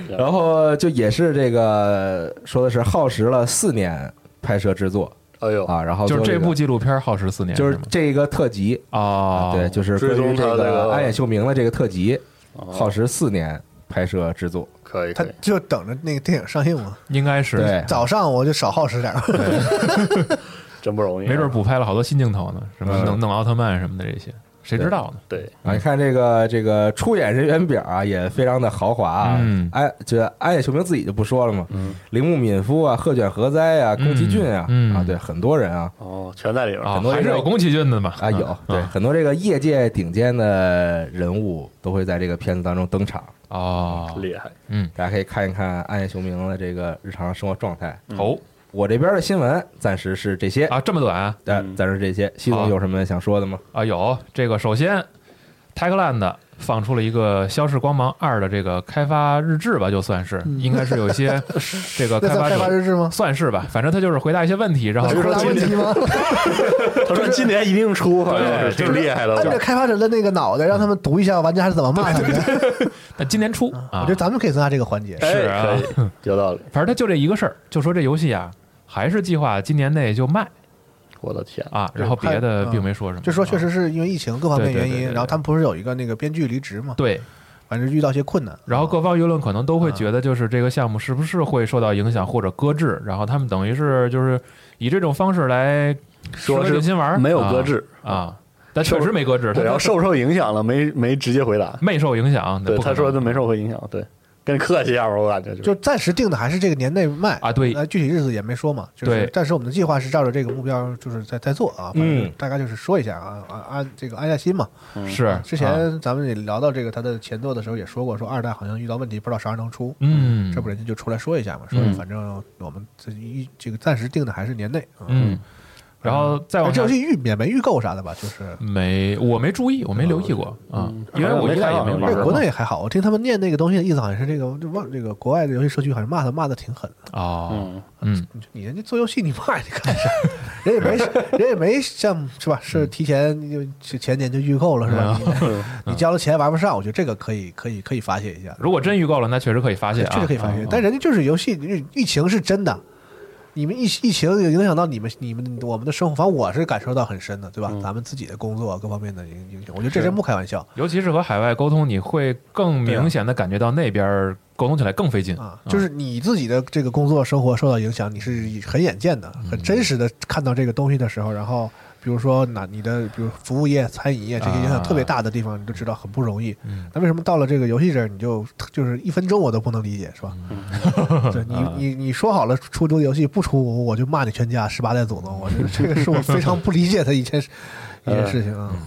然后就也是这个说的是耗时了四年拍摄制作
哎呦，
啊，然后
就是
做
这
个
部纪录片耗时四年，
就是
吗
这个特辑啊
哦，
对，就是
追
关
踪
于
他
这
这
个
个
安野秀明的这个特辑，
哦
耗时四年拍摄制作，
可以
他
可以，
就等着那个电影上映嘛。
应该是
对，
早上我就少耗时点儿，
真不容易啊，
没准补拍了好多新镜头呢，什么
嗯
弄弄奥特曼什么的这些，谁知道呢？
对，
啊，你看这个这个出演人员表啊，也非常的豪华啊。
嗯
安这安野秀明自己就不说了嘛，铃木敏夫啊、鹤卷和哉啊、宫崎骏啊，
嗯嗯
啊，对，很多人啊
哦，全在里边
啊
儿，，
多
还是有宫崎骏的嘛？嗯
啊有对很多这个业界顶尖的人物都会在这个片子当中登场，
哦，
厉害，
大家可以看一看安野秀明的这个日常生活状态。
哦
我这边的新闻暂时是这些，
啊，这么短啊
呃
嗯，
暂时这些。西
好
总有什么想说的吗？
啊？有这个，首先 Techland 放出了一个《消逝光芒二》的这个开发日志吧，就算是应该是有一
(laughs)
些这个
嗯那
开
算
发
开发
者
日志吗？
算是吧，反正他就是回答一些问题，然后
是回答问题吗？
他说今年一定出，好像
对
是挺厉害的，
(laughs) 按照开发者的那个脑袋，让他们读一下玩家是怎么骂他们的。
但今年初
我
啊
觉得，咱们可以增加这个环节。
哎
是啊
可以，有道理，
反正他就这一个事儿，就说这游戏啊，还是计划今年内就卖
我的天，
啊，
对
然后别的
还
并没说什么，
就说确
啊
实是因为疫情各方面
对对
原
对对
因，
对
然后他们不是有一个那个编剧离职嘛，
对，
反正遇到一些困难。
然后各方舆论可能都会觉得，就是这个项目是不是会受到影响或者搁置，然后他们等于是就是以这种方式来
说
定
是
心丸儿，
没有搁置，
啊啊，但确实没搁置，
对，然后受不受影响了，没没直接回答，
(laughs) 没受影响，
对，
嗯不可
他说
能
的没受会影响，对，跟客气一下吧，我感觉就是
就暂时定的还是这个年内卖呃
啊对
那具体日子也没说嘛，就是
对
暂时我们的计划是照着这个目标，就是在在做啊，反正
嗯
大概就是说一下啊，安安这个安下心嘛。
是
嗯之
啊
前咱们也聊到这个他的前作的时候也说过，说二代好像遇到问题，不知道啥时候能出，
嗯，
这不人家就出来说一下嘛，说
嗯
反正我们这一这个暂时定的还是年内，啊
嗯，，然后再
哎
往下
这游戏预也没预购啥的吧，就是。
没我没注意，我没留意过啊，因为我一看也没玩
那
儿
国
嘛
内也还好，我听他们念那个东西的意思，好像是这个就忘这个国外的游戏社区，好像骂他骂的挺狠的。
哦，
嗯，
嗯， (laughs)
你人家做游戏，你骂人家干啥？人也没人也没像是吧？是提前就是前年就预购了是吧？
嗯
你你交了钱玩不上，我觉得这个可以可以可以发泄一下，
如果真预购了，那确实可以发泄啊，
确实可以发泄
嗯。
但人家就是游戏疫情是真的，你们疫疫情有影响到你们你们我们的生活，反正我是感受到很深的，对
嗯
吧？咱们自己的工作各方面的影影响，我觉得这真不开玩笑
尤其是和海外沟通，你会更明显的感觉到那边儿沟通起来更费劲
啊！就是你自己的这个工作生活受到影响，你是很眼见的、很真实的看到这个东西的时候，然后。比如说，哪你的比如服务业、餐饮业这些影响特别大的地方，你就知道很不容易。
啊嗯
那为什么到了这个游戏这儿，你就就是一分钟我都不能理解，是吧？
嗯 (laughs)
对你你你说好了出这个游戏不出，我我就骂你全家十八代祖宗，我觉得这个是我非常不理解的一件事一件事情啊。
嗯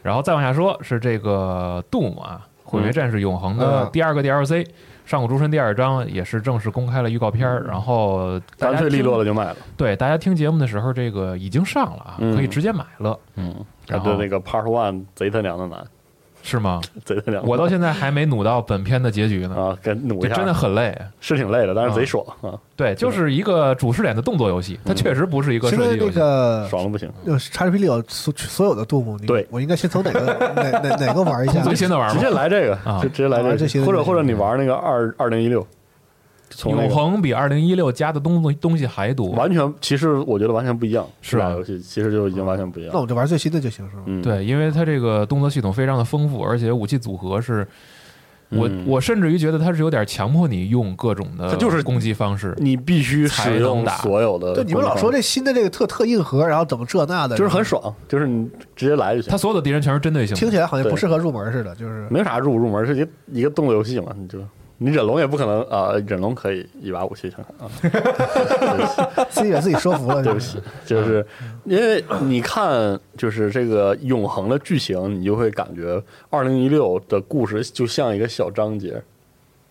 然后再往下说是这个 Doom
嗯
啊，毁灭战士永恒的
嗯
第二个 DLC，《上古诸神》第二章也是正式公开了预告片儿，然后大
嗯干
家
脆利
听
落了就卖了。
对大家听节目的时候，这个已经上了啊，
嗯
可以直接买了，
嗯，他
然后
的那个 Part One 贼他娘的难，
是吗？
(laughs) 贼他娘的难。
我到现在还没努到本片的结局呢，
啊，跟努
这
一下，
真的很累。
是挺累的，但是嗯
啊
贼爽啊，
对，就是一个主视点的动作游戏，它确实不是一个
现
射
在
击游
那
戏。
个
爽的不行。
呃叉 P 里有所所有的杜牧，你
对
我应该先从哪个哪哪哪个玩一下？
(laughs) 最新的玩
直
吗
接？来这个
啊，
就直接来
玩这
这
些嗯
个，
的
或
那
者或者
种
你玩那个二二零一六，从那
永
个
恒比二零一六加的东西东西还多，
完全，其实我觉得完全不一样，
是吧
吧？游戏其实就已经完全不一
那
样。
我就玩最新的就行，是吗？
嗯，
对，因为它这个动作系统非常的丰富，而且武器组合是，我、
嗯
我甚至于觉得它是有点强迫你用各种的
它就是
攻击方式，
你必须使用所有的。
对，你们老说，这新的这个特特硬核，然后怎么这那的，
就是很爽，就是你直接来就行
它，所有的敌人全是针对性
听
的。
起来好像不
对
适合入门似的，就是
没啥入不入门，是一个一个动作游戏嘛，你就。你忍龙也不可能啊、忍龙可以一把武器看看啊，
自己给自己说服了，
对
就
不
是
起，就是因为你看，就是这个永恒的剧情，你就会感觉二零一六的故事就像一个小章节，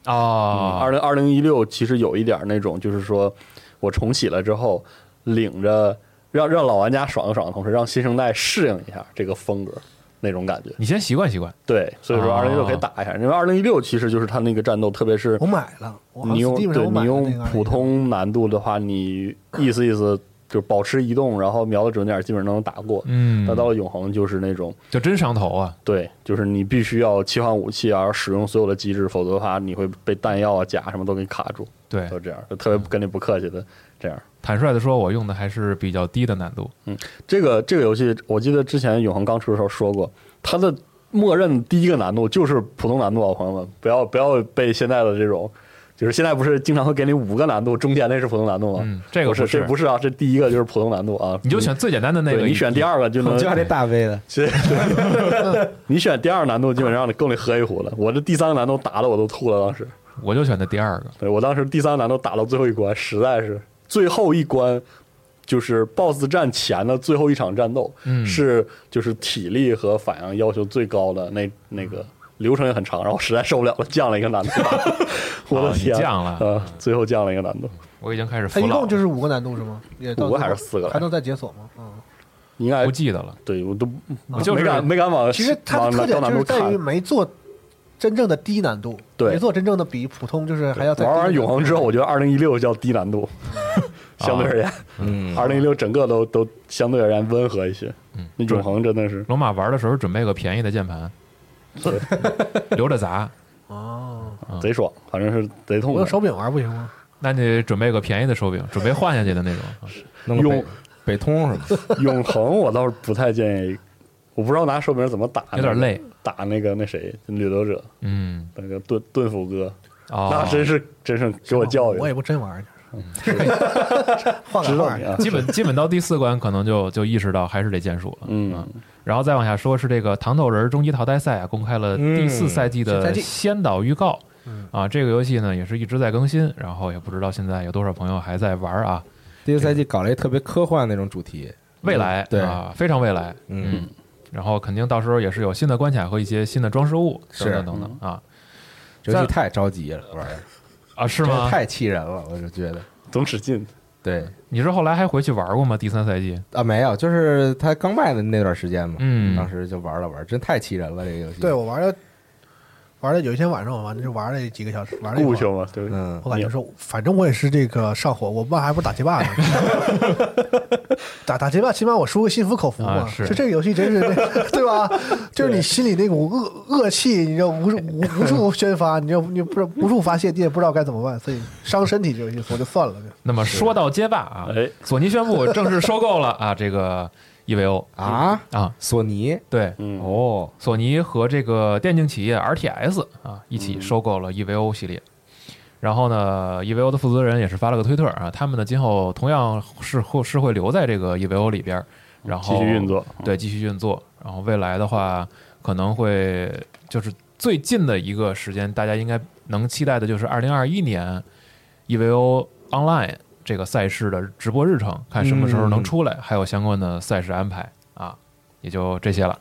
啊，
嗯二零二零一六其实有一点那种，就是说我重启了之后，领着让让老玩家爽一爽的同时，让新生代适应一下这个风格那种感觉。
你先习惯习惯。
对，所以说
哦
啊
二零一六可以打一下，因为二零一六其实就是它那个战斗，特别是
我买了， (laughs) 我好
你
像
用
Steam 上
对
我
你
买了
用
那个
普通难度的话，你意思意思就保持移动，然后瞄的准点，基本上都能打过。
嗯
但，到了永恒就是那种
就真上头啊！
对，就是你必须要切换武器啊，使用所有的机制，否则的话你会被弹药啊、甲什么都给卡住。
对，嗯
都这样，就特别跟你不客气的这样。
坦率的说，我用的还是比较低的难度。
嗯这个这个游戏，我记得之前永恒刚出的时候说过，它的默认第一个难度就是普通难度啊，朋友们，不要不要被现在的这种，就是现在不是经常会给你五个难度，中间那是普通难度吗？
嗯这个
不
不是
这不是啊，这第一个就是普通难度啊，
你就选最简单的那
对
个，
你选第二个就能
我就要这大 V 的，
(laughs)
其实你选第二难度基本上够你喝一壶了。我这第三个难度打的我都吐了，当时。
我就选的第二个。
对我当时第三难度打到最后一关，实在是最后一关就是 BOSS 战前的最后一场战斗，
嗯
是就是体力和反应要求最高的那那个流程也很长，然后实在受不了了，降了一个难度， (laughs) 我
哦
的
你
天，
降了
呃，最后降了一个难度，
我已经开始服
它一
老了，
共就是五个难度是吗？也到
五个还是四个来着
还能再解锁吗？嗯。
应该
不记得了。
对我都
我就是
没敢没敢往
其实它
往
的特
高
点
难
就
度
是在于
看。
没做真正的低难度，
对
没做真正的比普通就是还要再低
玩完永恒之后，我
就
觉得二零一六叫低难度，相对而言，
嗯，
二零一六整个都都相对而言温和一些。
嗯
那永恒真的是
罗马玩的时候准备个便宜的键盘， (laughs) 留着砸。
哦，
贼爽，反正是贼痛
我
快
用。手柄玩不行吗？
那你准备个便宜的手柄，准备换下去的那种。
弄个
用
北北通什么的，
(laughs) 永恒我倒是不太建议，我不知道拿手柄怎么打，
有点累，
打那个那谁掠夺者
嗯，
那个盾盾斧哥，
哦，
那真是真是给我教育嗯
我，也不真玩， (laughs) 换
知
个
道
玩
你啊，
基本基本到第四关，可能就就意识到还是得剑术了。
嗯，
然后再往下说是这个糖豆人终极淘汰赛啊，公开了第四
嗯
赛季
新赛
的
季
先导预告。
嗯
啊，这个游戏呢也是一直在更新，然后也不知道现在有多少朋友还在玩啊。
(laughs) 第一赛季搞了一特别科幻那种主题，
未来、
对
啊，非常未来，
嗯
然后肯定到时候也是有新的关卡和一些新的装饰物等等等等啊
这游戏太着急了，玩儿
啊是
真
吗？
太气人了，我就觉得，
总使劲，
对
你是后来还回去玩过吗？第三赛季？
啊，没有，就是他刚卖的那段时间嘛，
嗯
当时就玩了玩，真太气人了这个游戏，
对，我玩了，玩了有一天晚上我玩就玩了几个小时，玩了一
顾
会
球
儿。
嘛，对，
嗯
(laughs)
我感觉说，反正我也是这个上火，我爸还不是打街霸呢，打打街霸，起码我输个心服口服嘛。
啊是
就这个游
(laughs)
戏真是那，对吧？就是你心里那股恶恶气，你知道无处无无
(laughs)
处宣发，你知道你不知道无处发泄，你也不知道该怎么办，所以伤身体这游戏我就算了。
那么说到街霸啊
哎，
索尼宣布正式收购了啊，这个 EVO
啊，
啊，
索尼
对，
嗯，
哦，
索尼和这个电竞企业 RTS 啊一起收购了 EVO 系列。然后呢，EVO 的负责人也是发了个推特啊，他们呢今后同样是会是会留在这个 EVO 里边儿，然后
继续运
(laughs)
作，
对，继续运作。然后未来的话，可能会就是最近的一个时间，大家应该能期待的就是二零二一年 EVO Online 这个赛事的直播日程，看什么时候能出来，还有相关的赛事安排啊，也就这些了。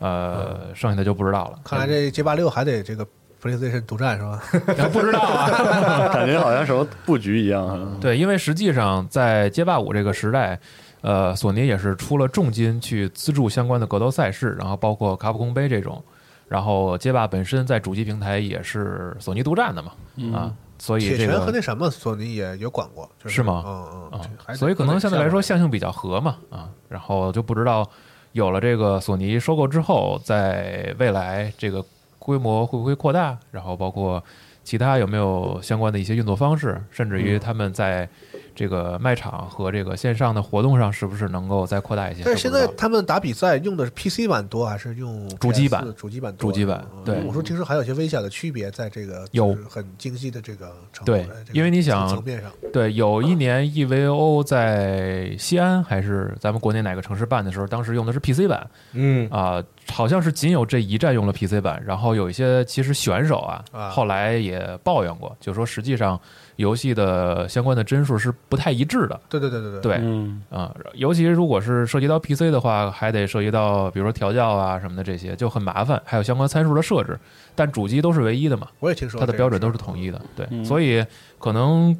呃，剩下的就不知道了。
看来这街霸六还得这个 PlayStation 独占是吧？
(laughs) 不知道啊。
感觉好像什么布局一样啊。
对，因为实际上在街霸五这个时代，呃，索尼也是出了重金去资助相关的格斗赛事，然后包括卡普空杯这种，然后街霸本身在主机平台也是索尼独占的嘛，
嗯
啊，所以
铁
这
拳和
个
那什么索尼也也管过，就是
吗
嗯
啊
嗯这还，是，
所以可能相对来说相性比较合嘛，啊，然后就不知道有了这个索尼收购之后，在未来这个规模会不会扩大，然后包括。其他有没有相关的一些运作方式，甚至
嗯
于他们在这个卖场和这个线上的活动上，是不是能够再扩大一些？
但是现
都
在
不知道
他们打比赛用的是 PC 版多还是用
主机版
PS4 主机版多
主机版
嗯
对
我说听说还有一些微小的区别，在这个
有
就是很精细的这个程度
对
呃这个
因为你想
层面上，
对，有一年 EVO 在西安还是咱们国内哪个城市办的时候，当时用的是 PC 版
嗯
啊、好像是仅有这一站用了 PC 版。然后有一些其实选手啊
啊，
后来也抱怨过，就说实际上游戏的相关的帧数是不太一致的。
对对对对对
对，
嗯，
啊、尤其如果是涉及到 PC 的话，还得涉及到比如说调教啊什么的这些，就很麻烦，还有相关参数的设置。但主机都是唯一的嘛，
我也听说
它的标准都是
统
统
一。
一的，对，
嗯
所以可能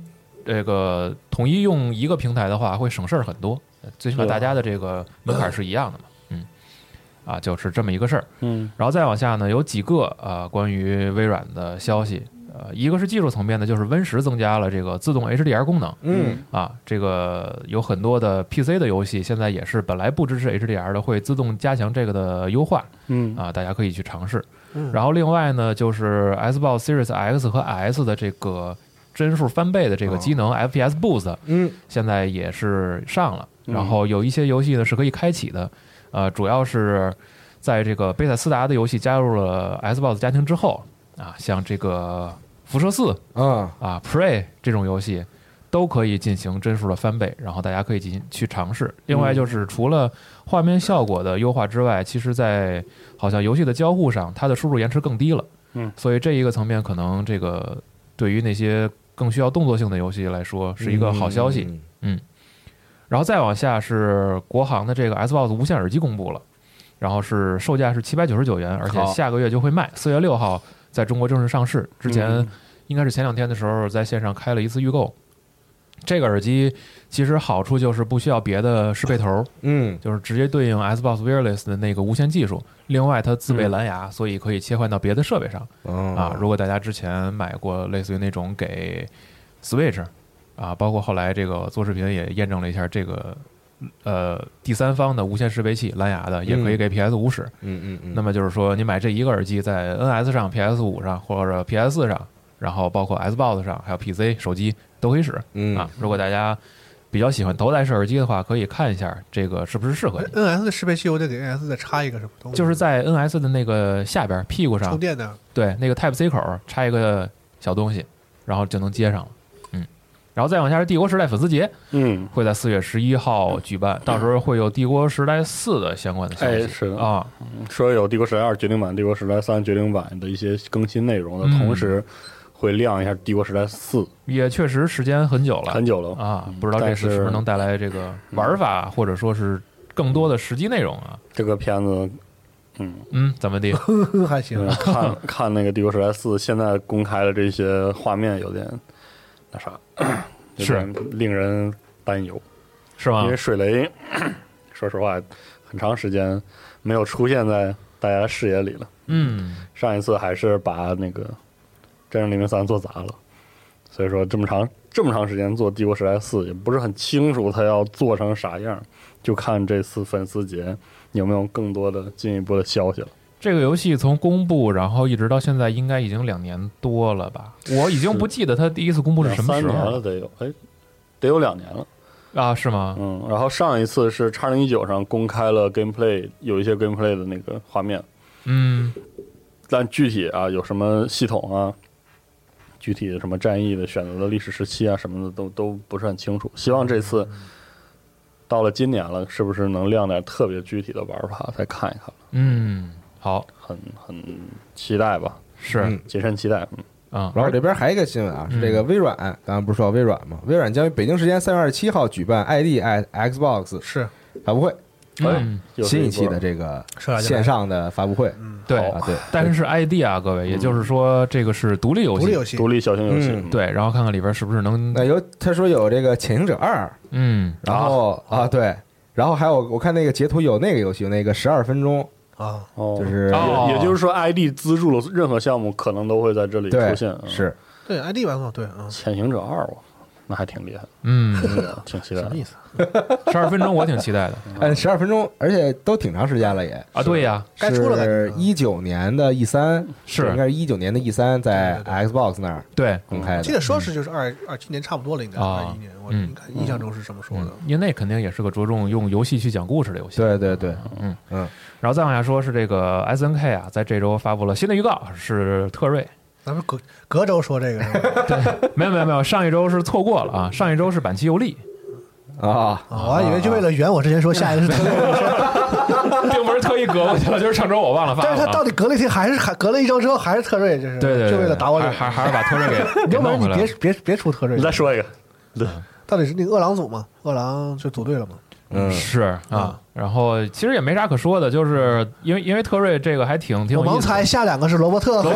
这个统一用一个平台的话，会省事儿很多，呃最起码
对啊
大家的这个门槛是一样的嘛，嗯，啊，就是这么一个事儿。
嗯，
然后再往下呢，有几个啊、呃关于微软的消息，呃，一个是技术层面的，就是 Win 十增加了这个自动 HDR 功能，
嗯
啊，这个有很多的 PC 的游戏现在也是本来不支持 HDR 的，会自动加强这个的优化
嗯，
啊，大家可以去尝试。
嗯
然后另外呢，就是 Xbox Series X 和 S 的这个帧数翻倍的这个机能 FPS Boost，
嗯
现在也是上了。
嗯
然后有一些游戏呢是可以开启的，呃，主要是在这个贝塞斯达的游戏加入了 Xbox 家庭之后啊，像这个辐射四
啊
啊 Prey 这种游戏都可以进行帧数的翻倍，然后大家可以进行去尝试。另外就是除了画面效果的优化之外，其实在好像游戏的交互上，它的输入延迟更低了。
嗯，
所以这一个层面可能这个对于那些更需要动作性的游戏来说是一个好消息。，
嗯
然后再往下是国行的这个 Xbox 无线耳机公布了，然后是售价是七百九十九元，而且
好
下个月就会卖，四月六号在中国正式上市。之前
嗯
应该是前两天的时候在线上开了一次预购。这个耳机其实好处就是不需要别的适配头，
嗯
就是直接对应 Xbox Wireless 的那个无线技术。另外，它自备
嗯
蓝牙，所以可以切换到别的设备上。啊，
啊
如果大家之前买过类似于那种给 Switch 啊，包括后来这个做视频也验证了一下这个。呃，第三方的无线识别器，蓝牙的也可以给 PS 五使。
嗯嗯嗯，
那么就是说，你买这一个耳机在 NS 上、PS 五上或者 PS 上，然后包括 Xbox 上，还有 PC 手机都可以使
嗯
啊。如果大家比较喜欢头戴式耳机的话，可以看一下这个是不是适合你。
NS 哎的适配器，我得给 NS 再插一个什么东西，
就是在 NS 的那个下边屁股上
充电的。 (laughs)
对，那个 Type C 口儿插一个小东西，然后就能接上了。嗯，然后再往下是帝国时代粉丝节，
嗯，
会在四月十一号举办，到时候会有《帝国时代四》的相关的消息。
哎是的
啊，
说有《帝国时代二》决定版、《帝国时代三》决定版的一些更新内容的
嗯
同时，会亮一下《帝国时代四》，
也确实时间很久了，
很久了
啊
嗯，
不知道这
但
次是不是能带来这个玩法，或者说是更多的实际内容啊？
这个片
(laughs)
子，嗯，
嗯，怎
(laughs)
么的？
呵，还行啊
嗯，看看那个《帝国时代四》现在公开的这些画面有点那啥，有点令人担忧，
是吗
因为？水雷， (coughs) 说实话，很长时间没有出现在大家视野里了。
嗯，
上一次还是把那个《战争零零三》做砸了，所以说这么长这么长时间做《帝国时代四》，也不是很清楚它要做成啥样，就看这次粉丝节有没有更多的进一步的消息了。
这个游戏从公布，然后一直到现在，应该已经两年多了吧？我已经不记得它第一次公布是
两
什么
三
时
年
候
了，得有哎，得有两年了。
啊？是吗？
嗯，然后上一次是叉零一九上公开了 gameplay，有一些 gameplay 的那个画面，
嗯，
但具体啊有什么系统啊，具体的什么战役的选择的历史时期啊什么的都都不是很清楚。希望这次到了今年了，是不是能亮点特别具体的玩法再看一看了
嗯，好，
很很期待吧，
是嗯
嗯
谨慎期待。嗯，
啊，
然后这边还有一个新闻啊，是这个微软，刚刚不是说微软吗？微软将于北京时间三月二十七号举办 ID at Xbox
是
发布会，
嗯，
哎
又是
新
波
一期的这个
是啊
线上的发布会
嗯
对
啊，，对，
但是是 ID 啊，各位，也就是说这个是独立游
独立游
戏，
戏哎
独立小型游戏，
嗯
嗯，
对，然后看看里边是不是能，
那有他说有这个《潜行者二》，
嗯，
然后啊对，然后还有我看那个截图有那个游戏有那个十二分钟，
啊，
哦
就是
哦
也也就是说，ID 资助了任何项目，可能都会在这里
对
出现。嗯
是
对 ID 版本对啊，
《潜行者二》，我那还挺厉害，
(laughs)
嗯，
挺期待
什
的
么。意思？
十二分钟我挺期
(laughs)
待的
嗯十二分钟，而且都挺长时间了也。
啊，对呀，
该出了感觉
是一九年的 E 三，
是
应该是一九年的 E 三在
对对
Xbox 那儿
对，
公开
记
的。
得说是就是二二今年差不多了，应该
啊
二一年，我
嗯
应该印象中是这么说的。
因为那肯定也是个着重用游戏去讲故事的游戏，
对对对，
嗯
嗯，
然后再往下说是这个 S N K 啊，在这周发布了新的预告，是特
(laughs)
瑞。
咱们隔隔周说这个是吧？
没有没有没有，上一周是错过了啊，上一周是板崎游
(laughs)
历，
啊，
啊我还以为就为了圆我之前说下一个是
啊
特别的事儿，
并不是特意隔过去了，就是上周我忘了发了
但
啊。
是他到底隔了一天还是还隔了一周之后还是特瑞，这是
对对对，
就为了打我
还
脸。
还还是把特瑞给
(laughs)
给
要不然
弄
你
回来
别
了。
别别出特瑞
你，再说一个，
到底是那个饿狼组嘛？饿狼就组队了嘛？
嗯，
是啊
啊，
然后其实也没啥可说的，就是因为因为特瑞这个还挺挺
我
有意
盲
思
猜
的，
下两个是罗伯特和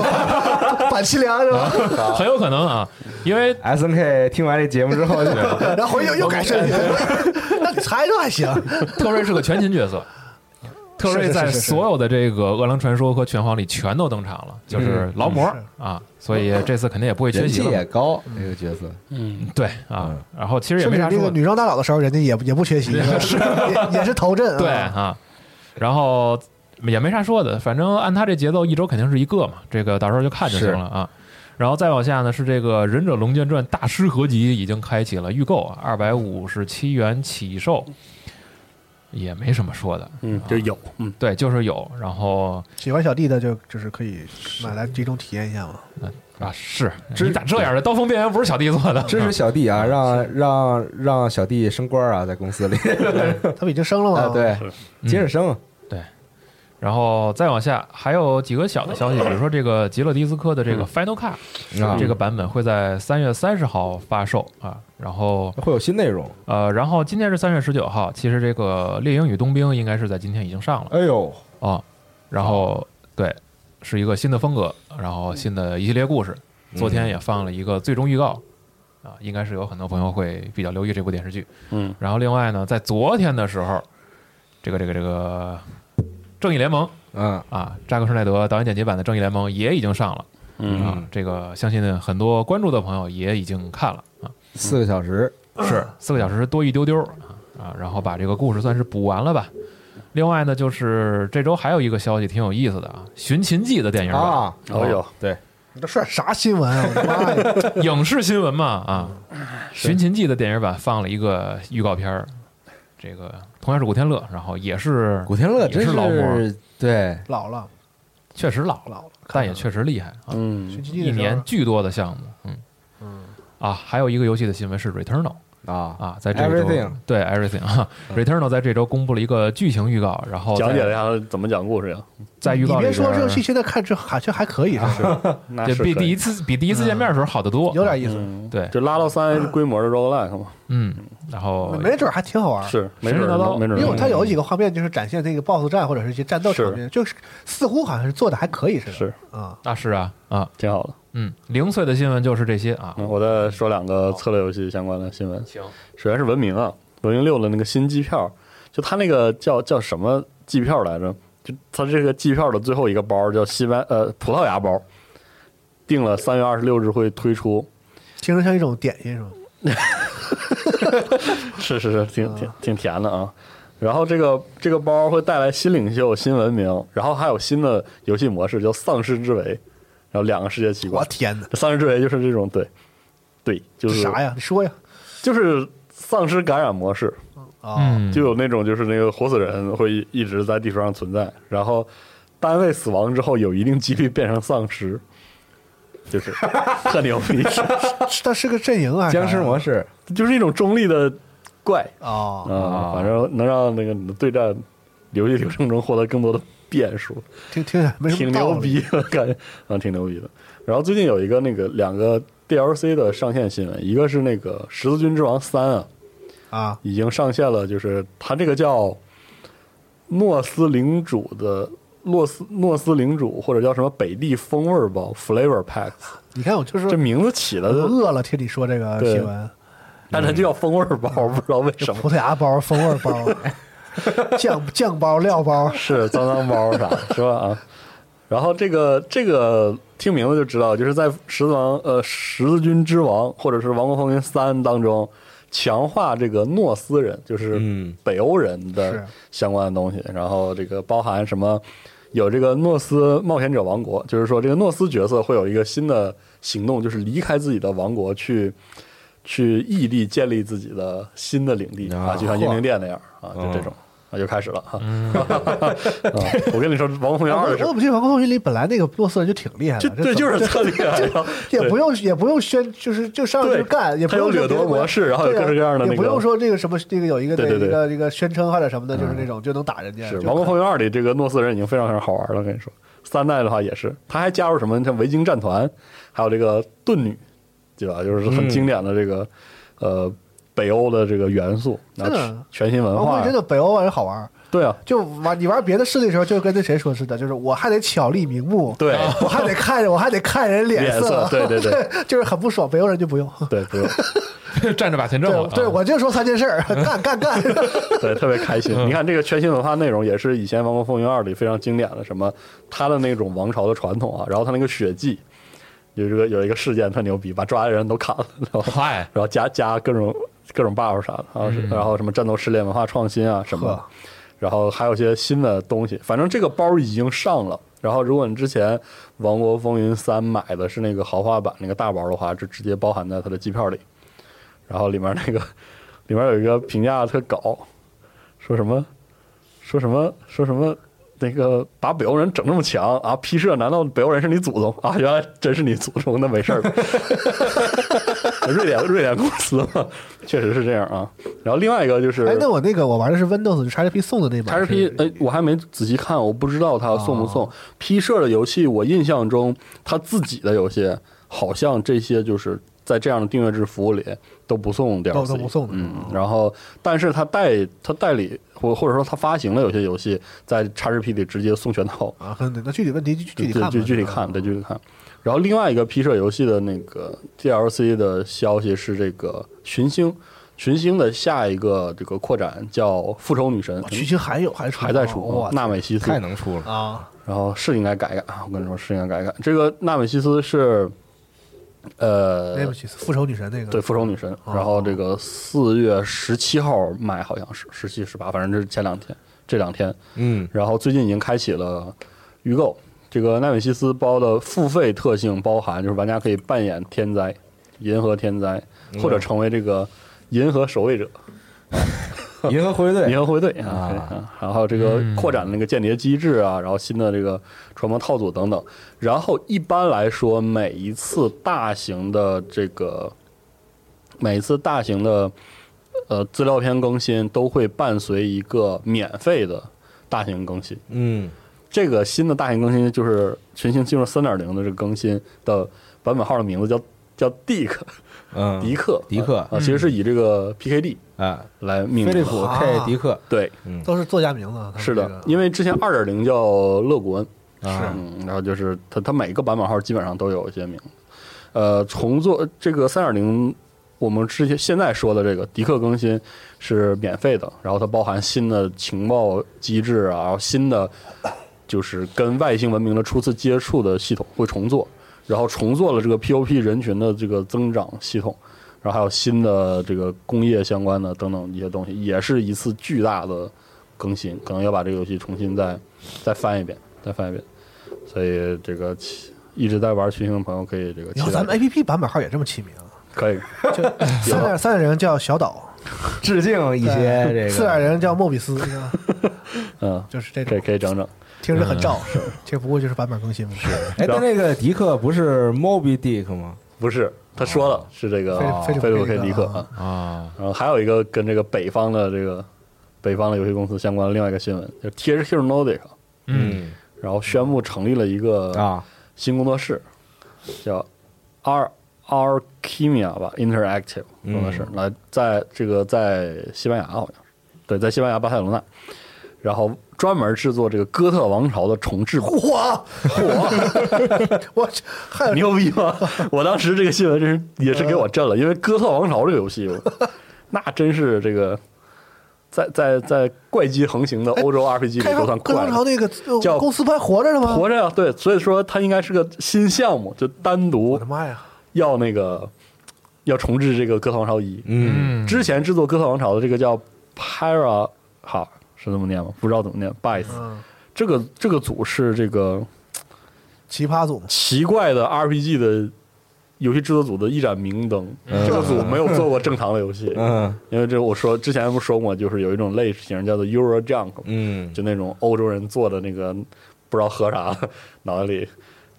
板崎良是吧？
(laughs) 很有可能啊，因为
S N K 听完这节目之后就，
然后又又改身体，那你猜着还行。
特瑞是个全勤角
(laughs)
色。特瑞
是是
在
是是
所有的这个《饿狼传说》和《拳皇》里全都登场了，就是劳模
嗯
啊，所以这次肯定也不会缺
人
席
气
了嘛。
也高，这个角色
嗯，
对啊，然后其实也
甚
没
至
啥
那
说
个
的。
女装大佬的时候，人家也不也不缺席，是吧也也是头阵。
对
啊，
啊，然后也没啥说的，反正按他这节奏，一周肯定是一个嘛，这个到时候就看就行了啊。然后再往下呢，是这个《忍者龙剑传》大师合集已经开启了预购啊，二百五十七元起售，也没什么说的。
嗯，就有，嗯，
对，就是有，然后
喜欢小弟的就就是可以买来集中体验一下嘛。
啊是，
支
你咋这样的？刀锋边缘不是小弟做的，
支持小弟啊，让让让小弟升官啊，在公司里
他不已经升了
啊，
吗？，
对，接着升，
(laughs) 然后再往下还有几个小的 (laughs) 消息，比如说这个极乐迪斯科的这个 Final Cut，、
啊
这个版本会在三月三十号发售啊。然后
会有新内容。
呃，然后今天是三月十九号，其实这个《猎鹰与冬兵》应该是在今天已经上了
哎呦，
啊、然后对，是一个新的风格，然后新的一系列故事。昨天也放了一个最终预告啊，应该是有很多朋友会比较留意这部电视剧。
嗯，
然后另外呢，在昨天的时候，这个这个这个《正义联盟》
嗯，
啊，扎克施耐德导演剪辑版的《正义联盟》也已经上了，
嗯
啊，这个相信很多关注的朋友也已经看了啊，
四个小时，
是四个小时多一丢丢啊啊，然后把这个故事算是补完了吧。另外呢，就是这周还有一个消息挺有意思的啊，《寻秦记》的电影版、
啊，
哦有，
对，
你这算啥新闻啊？我的妈呀！
哦影视新闻嘛啊，《寻秦记》的电影版放了一个预告片儿，这个同样是古天乐，然后也是
古天乐
也
真
是劳模，
是对，
老了
确实老了，
老了，
但也确实厉害啊，
嗯
寻秦记
一
的时候
年巨多的项目，嗯啊，还有一个游戏的新闻是《Returnal》。
啊
啊，在这周
Everything
对 everything 啊，Returnal 在这周公布了一个剧情预告，然后
讲解
哦在
了一下他怎么讲故事呀，
在预告
你
里
别说
边
这游戏现在看这还这还可以，
啊
啊
是吧
那
对
是
比
可以
第一次比第一次见面的时候好
(laughs)
得多，啊
有点意思，
嗯，
对，
就拉到三 A 规模的 roguelike 嘛，
嗯，然后
没准还挺好玩。
是，没
啊神
准
神叨叨
儿，没准儿，
因为它有几个画面，就是展现这个 BOSS 战或者是一些战斗场面，就是似乎好像是做的还可以似的。
是
啊，
那是啊啊，
挺好的。
嗯，零碎的新闻就是这些啊，
嗯，我再说两个策略游戏相关的新闻。
行，
首先是文明啊，文明六的那个新机票，就它那个叫叫什么机票来着？就它这个机票的最后一个包叫西班呃葡萄牙包，定了三月二十六日会推出。
听着像一种点心是吧？
(laughs) 是是是，
嗯
挺挺挺甜的啊。然后这个这个包会带来新领袖、新文明，然后还有新的游戏模式，叫丧尸之围，然后两个世界奇观
我。天哪，
这丧尸之围就是这种对对，就
这
是
啥？呀？你说呀？
就是丧尸感染模式，
啊，
嗯，
就有那种就是那个活死人会一直在地球上存在，然后单位死亡之后有一定几率变成丧尸，就是
(laughs)
特牛逼， (laughs)
但是个阵营啊，
僵尸模
式
式
就是一种中立的怪
啊
啊、，反正能让那个你的对战游戏流程中获得更多的变数。
听听起来没什
挺
么道
牛
理
逼的 (laughs) 感觉，啊，挺牛逼的。然后最近有一个那个两个 DLC 的上线新闻，一个是那个《十字军之王三》啊，
啊
已经上线了，就是它这个叫诺斯领主的诺斯诺斯领主，或者叫什么北地风味包 （Flavor Pack），
你看我就是
这名字起
我都
的，
饿了，听你说这个
对
新闻，
但它就叫风味包，不知道为什么
葡萄牙包、风味包、
(laughs)
酱酱包、料包，
是脏脏包啥是吧啊？然后这个这个听名字就知道，就是在《十字王》呃《十字军之王》或者是《王国风云三》当中，强化这个诺斯人，就是
嗯
北欧人
是
的相关的东西。然后这个包含什么？有这个诺斯冒险者王国，就是说这个诺斯角色会有一个新的行动，就是离开自己的王国去。去异地建立自己的新的领地
啊
啊，就像英灵殿那样啊，就这种啊，就开始了哈。 (laughs) 啊，我跟你说，《王红
我
阳二》是
我怎么记得《王国风云》里本来那个诺斯人就挺厉害的
就，对，就是特别，
也
对
不用也不用宣，就是就上去
对
就干，也不
它有
用
掠
说别
夺
的国
模式，然后有
对啊
各式各样的那
也不
个
用。说这个什么这个有一个
对对对嗯
一个一个宣称或者什么的，就是那种就能打人家，
是《
就
王国风云二》里这个诺斯人已经非常非常好玩了，我跟你说，三代的话也是，他还加入什么像维京战团，还有这个盾女，对吧？就是很经典的这个呃北欧的这个元素，然后
真的啊
全新文
王国
化
风云，真的北欧玩意儿好玩儿。
对啊，
就玩你玩别的事的时候，就跟那谁说似的，就是我还得巧立名目，
对
我还得看我还得看人脸啊
脸色对对对，
就是很不爽。北欧人就不用，
对，不用，
(laughs) 站着把钱挣了啊，
对对，我就说三件
(laughs)
事儿，干干干，
对，特别开心。你看这个全新文化内容，也是以前《王国风云二》里非常经典的，什么他的那种王朝的传统啊，然后他那个血祭，有这个有一个事件特牛逼，把抓的人都砍了，然后
嗨，
然后加加各种各种 buff 啥的，然后是、然后什么战斗试炼、文化创新啊什么的
呵，
然后还有一些新的东西。反正这个包已经上了。然后，如果你之前《王国风云三》买的是那个豪华版那个大包的话，就直接包含在它的机票里。然后里面那个里面有一个评价特搞，说什么说什么说什么那个把北欧人整这么强啊？批社难道北欧人是你祖宗啊？原来真是你祖宗， (laughs) 那没事儿。瑞典瑞典公司嘛，确实是这样啊。然后另外一个就是
哎，那我那个我玩的是 Windows 就 XGP 送的那版
XGP，
是
哎，我还没仔细看，我不知道它送不送。P
啊
社的游戏，我印象中他自己的游戏好像这些就是在这样的订阅制服务里都不送 DLC，
都都不送的
嗯，然后但是他代他代理或或者说他发行的有些游戏在 XGP 里直接送全套，
啊，可能那具体问题具具体看吧，嗯
就具体
吧
看，对具体看。然后另外一个 P 社游戏的那个 DLC 的消息是这个群星。群星的下一个这个扩展叫《复仇女神
哇》，剧情还有还出
还在
呢
出
哦哇
纳美西斯，
太能出了，
啊，
然后是应该改一改啊！我跟你说是应该改一改。这个纳美西斯是，呃
那，不起复仇女神那个
对，复仇女神。
哦
然后这个四月十七号卖，好像是十七、十八，反正这是前两天，这两天。
嗯，
然后最近已经开启了预购。这个奈美西斯包的付费特性包含，就是玩家可以扮演天灾、银河天灾，嗯
嗯
或者成为这个银河守卫者。
(laughs) 银河护卫
银
队
河护卫队
啊
啊，对啊然后这个
嗯
扩展那个间谍机制啊，然后新的这个传播套组等等。然后一般来说，每一次大型的这个，每一次大型的呃资料片更新都会伴随一个免费的大型更新。
嗯，
这个新的大型更新就是全新进入三点零的这个更新的版本号的名字叫叫 Dick
嗯
迪克
迪克
啊，其实是以这个 PKD
啊，
来命
菲利
名的。
普
啊
K 迪克，
对，
都是作家名字啊，他们
是
这个
的，因为之前二点零叫乐古恩，
啊
嗯，然后就是它它每个版本号基本上都有一些名字，呃，重做这个三点零，我们之前现在说的这个迪克更新是免费的，然后它包含新的情报机制啊，然后新的就是跟外星文明的初次接触的系统会重做，然后重做了这个 POP 人群的这个增长系统，然后还有新的这个工业相关的等等一些东西，也是一次巨大的更新，可能要把这个游戏重新再再翻一遍，再翻一遍。所以这个期一直在玩群星的朋友可以这个
以
期
后
待
咱们 A P P 版本号也这么起名啊，
可以 (laughs)
就三点三点零叫小岛，
致敬 (laughs) 一些这个
四点零叫莫
(laughs)
比斯，是吧
嗯，
就是这
这嗯
种
可以整整。
听着很燥，是，这不过就是版本更新嘛， (laughs) 是，
哎，但那个迪克不是 Moby Dick 吗？
不是，他说
哦
了、是这个
菲利
菲
菲
利
利
普 K
普克
迪
迪
克
克
啊，
啊，
然后还有一个跟这个北方的这个北方的游戏公司相关的另外一个新闻，就是 THQ Nordic，
嗯，
然后宣布成立了一个
啊，
新工作室，叫 R R Kimia 吧，Interactive
嗯
工作室，来在这个在西班牙好像是，对，在西班牙巴塞罗那。然后专门制作这个哥特王朝的重制品，
火火，啊我去还有
牛逼吗？ (laughs) 我当时这个新闻真是也是给我震了，因为《哥特王朝》这个游戏， (laughs) 我那真是这个在在在怪机横行的欧洲 RPG 里
开
都
放
算
跟
怪
王朝
了。
那个呃
叫
公司不还活着呢吗？
活着呀、对，所以说它应该是个新项目，就单
我
独
的妈呀！
要那个要重置这个《哥特王朝一》。
嗯，
嗯
之前制作《哥特王朝》的这个叫 Pyra 哈是这么念吗？不知道怎么念，Bice、
嗯，
这个这个组是这个
奇葩组嘛，
奇怪的 RPG 的游戏制作组的一盏明灯。
嗯
这个组没有做
(laughs)
过正常的游戏，
嗯
因为这我说之前不说过，就是有一种类型叫做 Euro Junk，
嗯，
就那种欧洲人做的那个不知道喝啥，脑袋里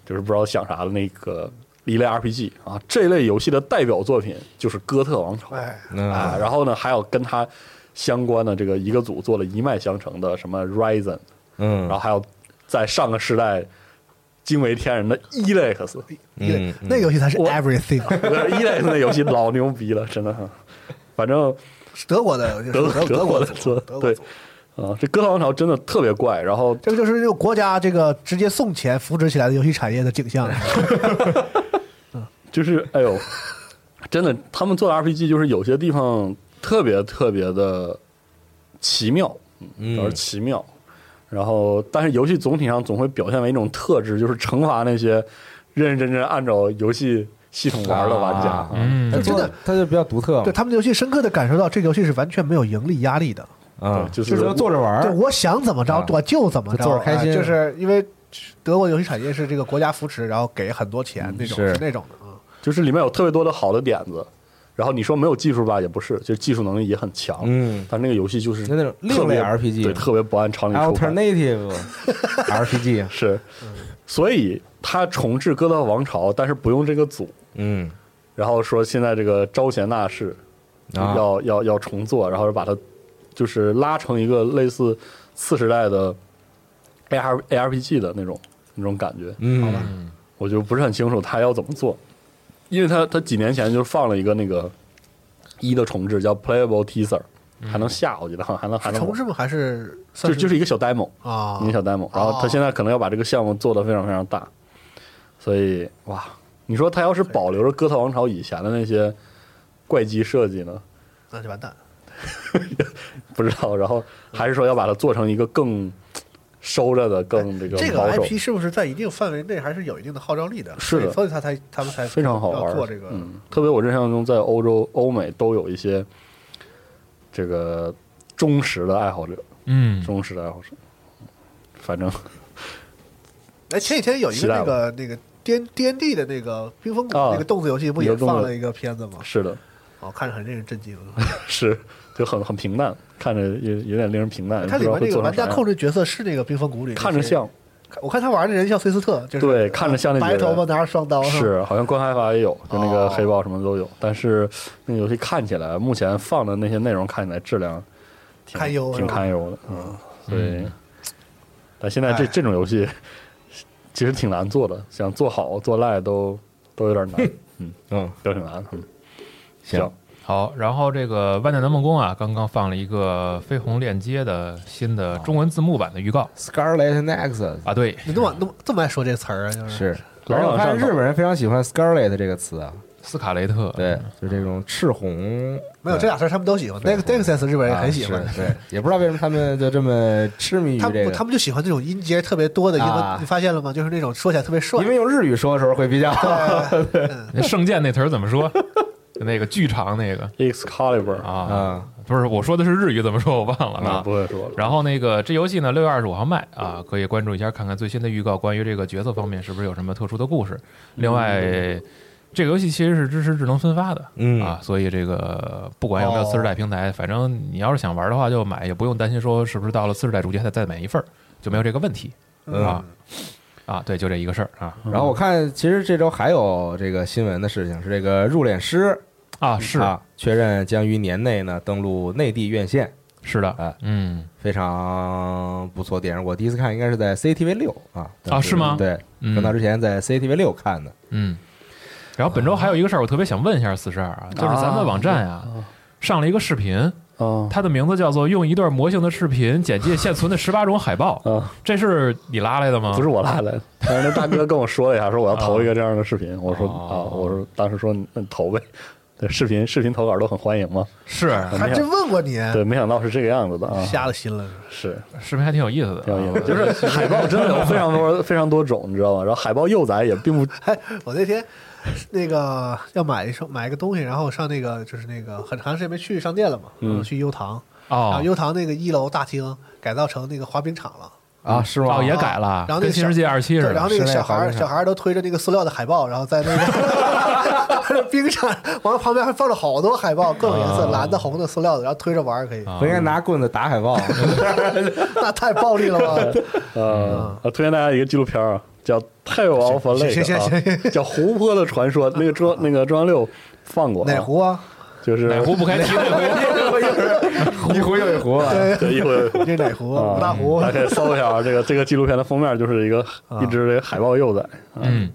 就是不知道想啥的那个一类 RPG 啊。这类游戏的代表作品就是《哥特王朝》
哎，
啊，
嗯
然后呢还有跟它相关的这个一个组做了一脉相承的什么 Ryzen，
嗯，
然后还有在上个时代惊为天人的 Elex，
一
嗯
类那个游戏才是
我
everything，啊
Elex 那游戏老牛逼了，真的，反正。
是德国的，
德
是
德
德
国
国
的
组，德国
对
组，
啊，这哥特王朝真的特别怪，然后
这个就是这个国家这个直接送钱扶植起来的游戏产业的
(laughs)
景象。
就是哎呦，真的，他们做的 RPG 就是有些地方特别特别的奇妙，
嗯
而奇妙。然后，但是游戏总体上总会表现为一种特质，就是惩罚那些认认真真按照游戏系统玩的玩家。
啊
嗯
他
真的，
他就比较独特
哦
对
嘛，
他们的游戏深刻的感受到，这个游戏是完全没有盈利压力的。
嗯，
对就是
是坐着玩
对，
儿，
我想怎么着
啊
我就怎么
就
着，
坐着开心
哎就是因为德国游戏产业是这个国家扶持，然后给很多
嗯
钱那种，
是
是那种的啊。
(laughs) 就是里面有特别多的好的点子，然后你说没有技术吧，也不是，就是技术能力也很强，
嗯，
但那个游戏就是
就那种
特
另
别
类 RPG
对，特别不按常理出牌。
(laughs)
alternative RPG，
是，所以他重置哥特王朝，但是不用这个组。
嗯
然后说现在这个招贤纳士
啊
要、要要重做，然后把它就是拉成一个类似次时代的 A R A R P G 的那种那种感觉，
嗯
我就不是很清楚他要怎么做，因为他他几年前就放了一个那个一的重置叫 Playable Teaser，还能下，我觉得好像还能还能
嗯啊重置吗？还是算
就就是一个小 demo，
啊
一个小 demo，然后他
哦
现在可能要把这个项目做得非常非常大，所以哇，你说他要是保留着哥特王朝以前的那些怪机设计呢？
那就完蛋。
不知道，然后还是说要把它做成一个更收着的、更这个
哎这个
保守，
IP 是不是在一定范围内还是有一定的号召力的？
是的
对所以他才他们才
非常好
要
玩。
做这个。
嗯，特别我印象中，在欧洲、欧美都有一些这个忠实的爱好者，
嗯，
忠实的爱好者，反正
哎，前几天有一
期
个
待
那个那个 D N D N D 的那个冰封谷
啊
那个动作游戏，不
有
也
动作
放了一个片子吗？
是的，
哦，看着很令人震惊。
是就很很平淡，看着有有点令人平淡。
它里面
这
那个玩家控制角色是那个冰封谷里，
看着像。
我看他玩的人像崔斯特，就是
对看着像那
白
几个
头
人
发拿着双刀，吧
是，好像官开法也有，就那个
哦
黑豹什么都有，但是那个游戏看起来，目前放的那些内容看起来质量挺
堪忧
挺
是吧
堪忧的，嗯，所以
嗯，
但现在这
哎
这种游戏其实挺难做的，想做好做赖都都有点
(laughs)
难，
嗯，
都挺难。嗯，
行，
好，然后这个万代南梦宫啊，刚刚放了一个绯红链接的新的中文字幕版的预告
Scarlet Nexus。
啊，对，
你那么那么这么爱说这词儿啊，就是
老
而且我
往
看
上走
嗯
日本人非常喜欢 “scarlet” 这个词啊，
斯卡雷特，
对，就这种赤红
没有这俩词儿他们都喜欢那个 Nexus 日本人
啊
哎也很喜欢，
是对，也不知道为什么他们就这么痴迷于
他
这
们
个，
他们就喜欢这种音节特别多的英
啊
文，你发现了吗？就是那种说起来特别帅
因。为用日语说的时候会比较啊
对
那圣剑那词儿怎么说？ (laughs) 就那个剧场那个
Excalibur
啊，
啊，
不是我说的是日语怎么说，我忘了
啊，
啊
不。会说了。
然后那个这游戏呢，六月二十五号卖啊，可以关注一下，看看最新的预告，关于这个角色方面是不是有什么特殊的故事。另外，这个游戏其实是支持智能分发的，
嗯
啊，所以这个不管有没有
哦
次世代平台，反正你要是想玩的话就买，也不用担心说是不是到了次世代主机还得再买一份儿，就没有这个问题啊
嗯。
啊，对，就这一个事儿啊
然后我看，其实这周还有这个新闻的事情是，这个入殓师
啊，是
啊，确认将于年内呢登陆内地院线，
是的
哎，
嗯
非常不错电影。我第一次看应该是在 CCTV 六啊当时
是吗
对，
嗯
更早之前在 CCTV 六看的。
嗯。然后本周还有一个事儿，我特别想问一下四十二啊，就是咱们网站啊上了一个视频，
啊
它的名字叫做“用一段魔性的视频简介现存的十八种海报
啊”，，
这嗯是你拉来的吗？
不是，我拉来的，但是那大哥跟我说了一下，说我要投一个这样的视频，我说
哦
啊，我说当时说那你投呗，对，视频视频投稿都很欢迎嘛，
是
还真问过你，
对，没想到是这个样子的啊，
瞎了心了。
是
视频还挺有意思的
挺有意
啊，
思，就是海报真的有非常多 (laughs) 非常多种，你知道吗？然后海报幼崽也并不
哎，我那天那个要买一双买一个东西，然后上那个就是那个很长时间没去商店了嘛，然后去优唐，然
哦
后优唐那个一楼大厅改造成那个滑冰场了。
啊，是吗？
哦也改了，
然后
跟
那
《
个
新世界二七》
对，
似
然后
的，
那个
室内
小孩
滑
儿
冰场
小孩儿都推着那个塑料的海报，然后在那个 (laughs) 冰上，完了旁边还放着好多海报，各种颜
啊
色，蓝的、红的、塑料的，然后推着玩儿可以。
啊嗯
不应该拿棍子打海报
(laughs) 那太暴力
(laughs)
了吧？
呃，我推荐大家一个纪录片儿啊，叫《泰晤奥弗雷
嗯行》行行
啊，叫《湖泊的传说》，那个中那个中央六放过啊
哪壶 (laughs) 啊？
就是
哪壶不开提哪壶，
一壶又一壶
(laughs)
啊。
对一会
这是哪壶？
啊
五大湖
大。家可以搜一下啊，这个这个纪录片的封面就是一个
啊
一只这个海豹幼崽，
嗯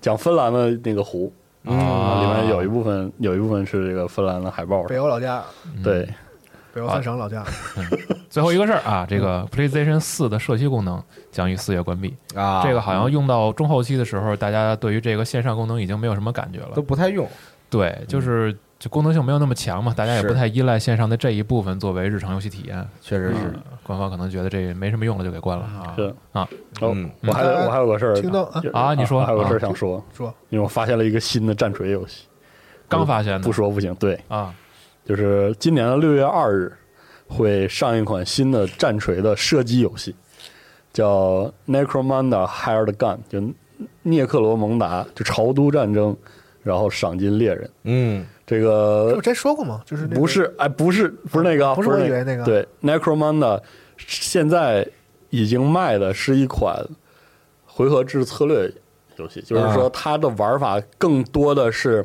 讲芬兰的那个湖，嗯
啊
里面有一部分有一部分是这个芬兰的海豹，
北欧老家，
对，
嗯北欧三省老家。
最后一个事儿啊，这个 PlayStation 四的社区功能将于四月关闭。
啊，
这个好像用到中后期的时候，大家对于这个线上功能已经没有什么感觉了
都。不太用，
对，就是就功能性没有那么强嘛，大家也
是
不太依赖线上的这一部分作为日常游戏体验。啊
确实是。
官方可能觉得这没什么用了，就给关了啊。
是
啊
哦
嗯，
我还有我还有个事儿，
听到啊
啊你说
我还有个事儿想说，
说
因为我发现了一个新的战锤游戏，
刚发现的，
不说不行，对，
啊，
就是今年的六月二日会上一款新的战锤的射击游戏，叫《Necromunda Hired Gun》，就涅克罗蒙达，就朝都战争，然后赏金猎人。
嗯，
这
我
个
之前说过吗？就是那个
不是，哎，不是，不是那个啊，
不是
不
我以为那个
对，《Necromunda》现在已经卖的是一款回合制策略游戏，就是
啊
说它的玩法更多的是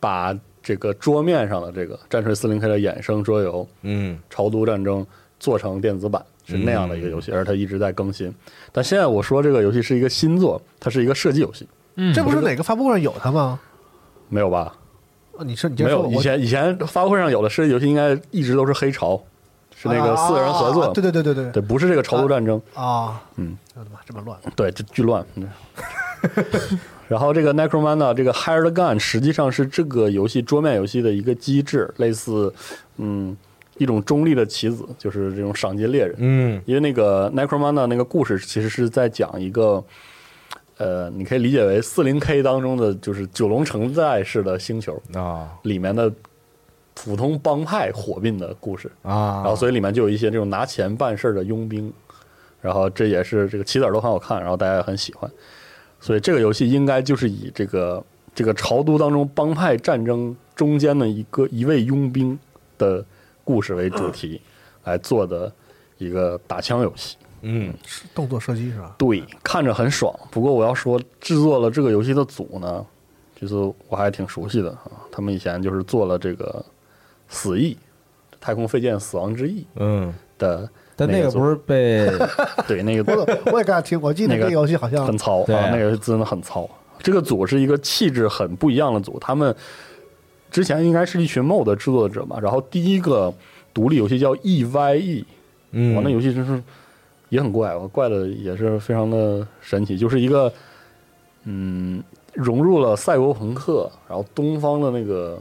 把这个桌面上的这个《战锤四零 K》的衍生桌游，
嗯，
朝都战争做成电子版，是那样的一个
嗯
游戏，而它一直在更新。但现在我说这个游戏是一个新作，它是一个射击游戏，
嗯，
这不是哪个发布会上有它吗？
没有吧？
哦你说你接
没
着说，
有，以
我
前以前发布会上有的射击游戏应该一直都是黑潮，是那个四个人合作，
啊对对对对啊
对，
对
不是这个朝都战争，
啊！
嗯，
我的妈，这么乱
对，这巨乱。 (laughs) 嗯然后这个 Necromunda 这个 Hired Gun 实际上是这个游戏桌面游戏的一个机制，类似嗯一种中立的棋子，就是这种赏金猎人。
嗯，
因为那个 Necromunda 那个故事其实是在讲一个，呃，你可以理解为四零 K 当中的就是九龙城寨式的星球
啊
里面的普通帮派火并的故事，
啊，
然后所以里面就有一些这种拿钱办事儿的佣兵，然后这也是这个棋子儿都很好看，然后大家也很喜欢，所以这个游戏应该就是以这个这个朝都当中帮派战争中间的一个一位佣兵的故事为主题来做的一个打枪游戏。
嗯，
动作射击是吧？ (laughs)
对，看着很爽。不过我要说，制作了这个游戏的组呢，就是我还挺熟悉的啊。他们以前就是做了这个《死翼》《太空飞舰：死亡之翼
嗯，》
的，
但那个不是被
(laughs) 对那
我
个
怎我也刚才听，我记
那
得这
个
个游戏好 (laughs) 像
很糙啊，
对
那个真的很糙。这个组是一个气质很不一样的组，他们之前应该是一群 MOD 制作者嘛。然后第一个独立游戏叫 E EYE，
嗯，
我那游戏真是也很怪，我怪的也是非常的神奇，就是一个嗯，融入了赛博朋克，然后东方的那个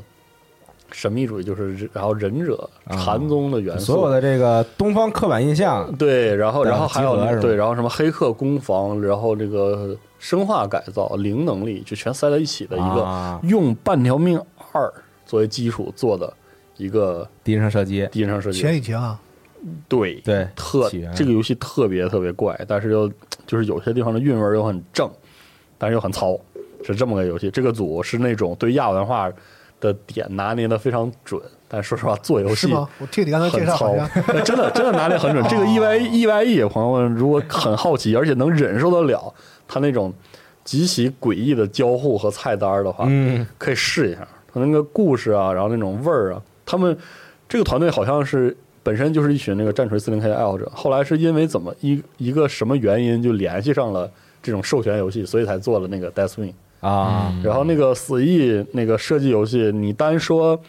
神秘主义就是然后忍者禅宗的元素，
啊所有的这个东方刻板印象，
对，然后
对
然后还有
集合是吧
对，然后什么黑客攻防，然后这个生化改造、零能力，就全塞在一起的一个，
啊
用半条命二作为基础做的一个
敌人上射击，
第一人称射击，
前引擎啊，
对，
对，
特
起源
这个游戏特别特别怪，但是又就是有些地方的韵味儿又很正，但是又很糙，是这么个游戏。这个组是那种对亚文化的点拿捏的非常准，但说实话做游
是
戏
吗？我听你刚才
很
介绍
糙呃
好像，哦
真的真的拿捏很准。这个 E Y E Y E 朋友们如果很好奇，而且能忍受得了他那种极其诡异的交互和菜单儿的话，
嗯，
可以试一下。他那个故事啊，然后那种味儿啊，他们这个团队好像是本身就是一群那个战锤四零 K 的爱好者，后来是因为怎么一一个什么原因就联系上了这种授权游戏，所以才做了那个 Deathwing。
啊，
然后那个死翼那个射击游戏，你单说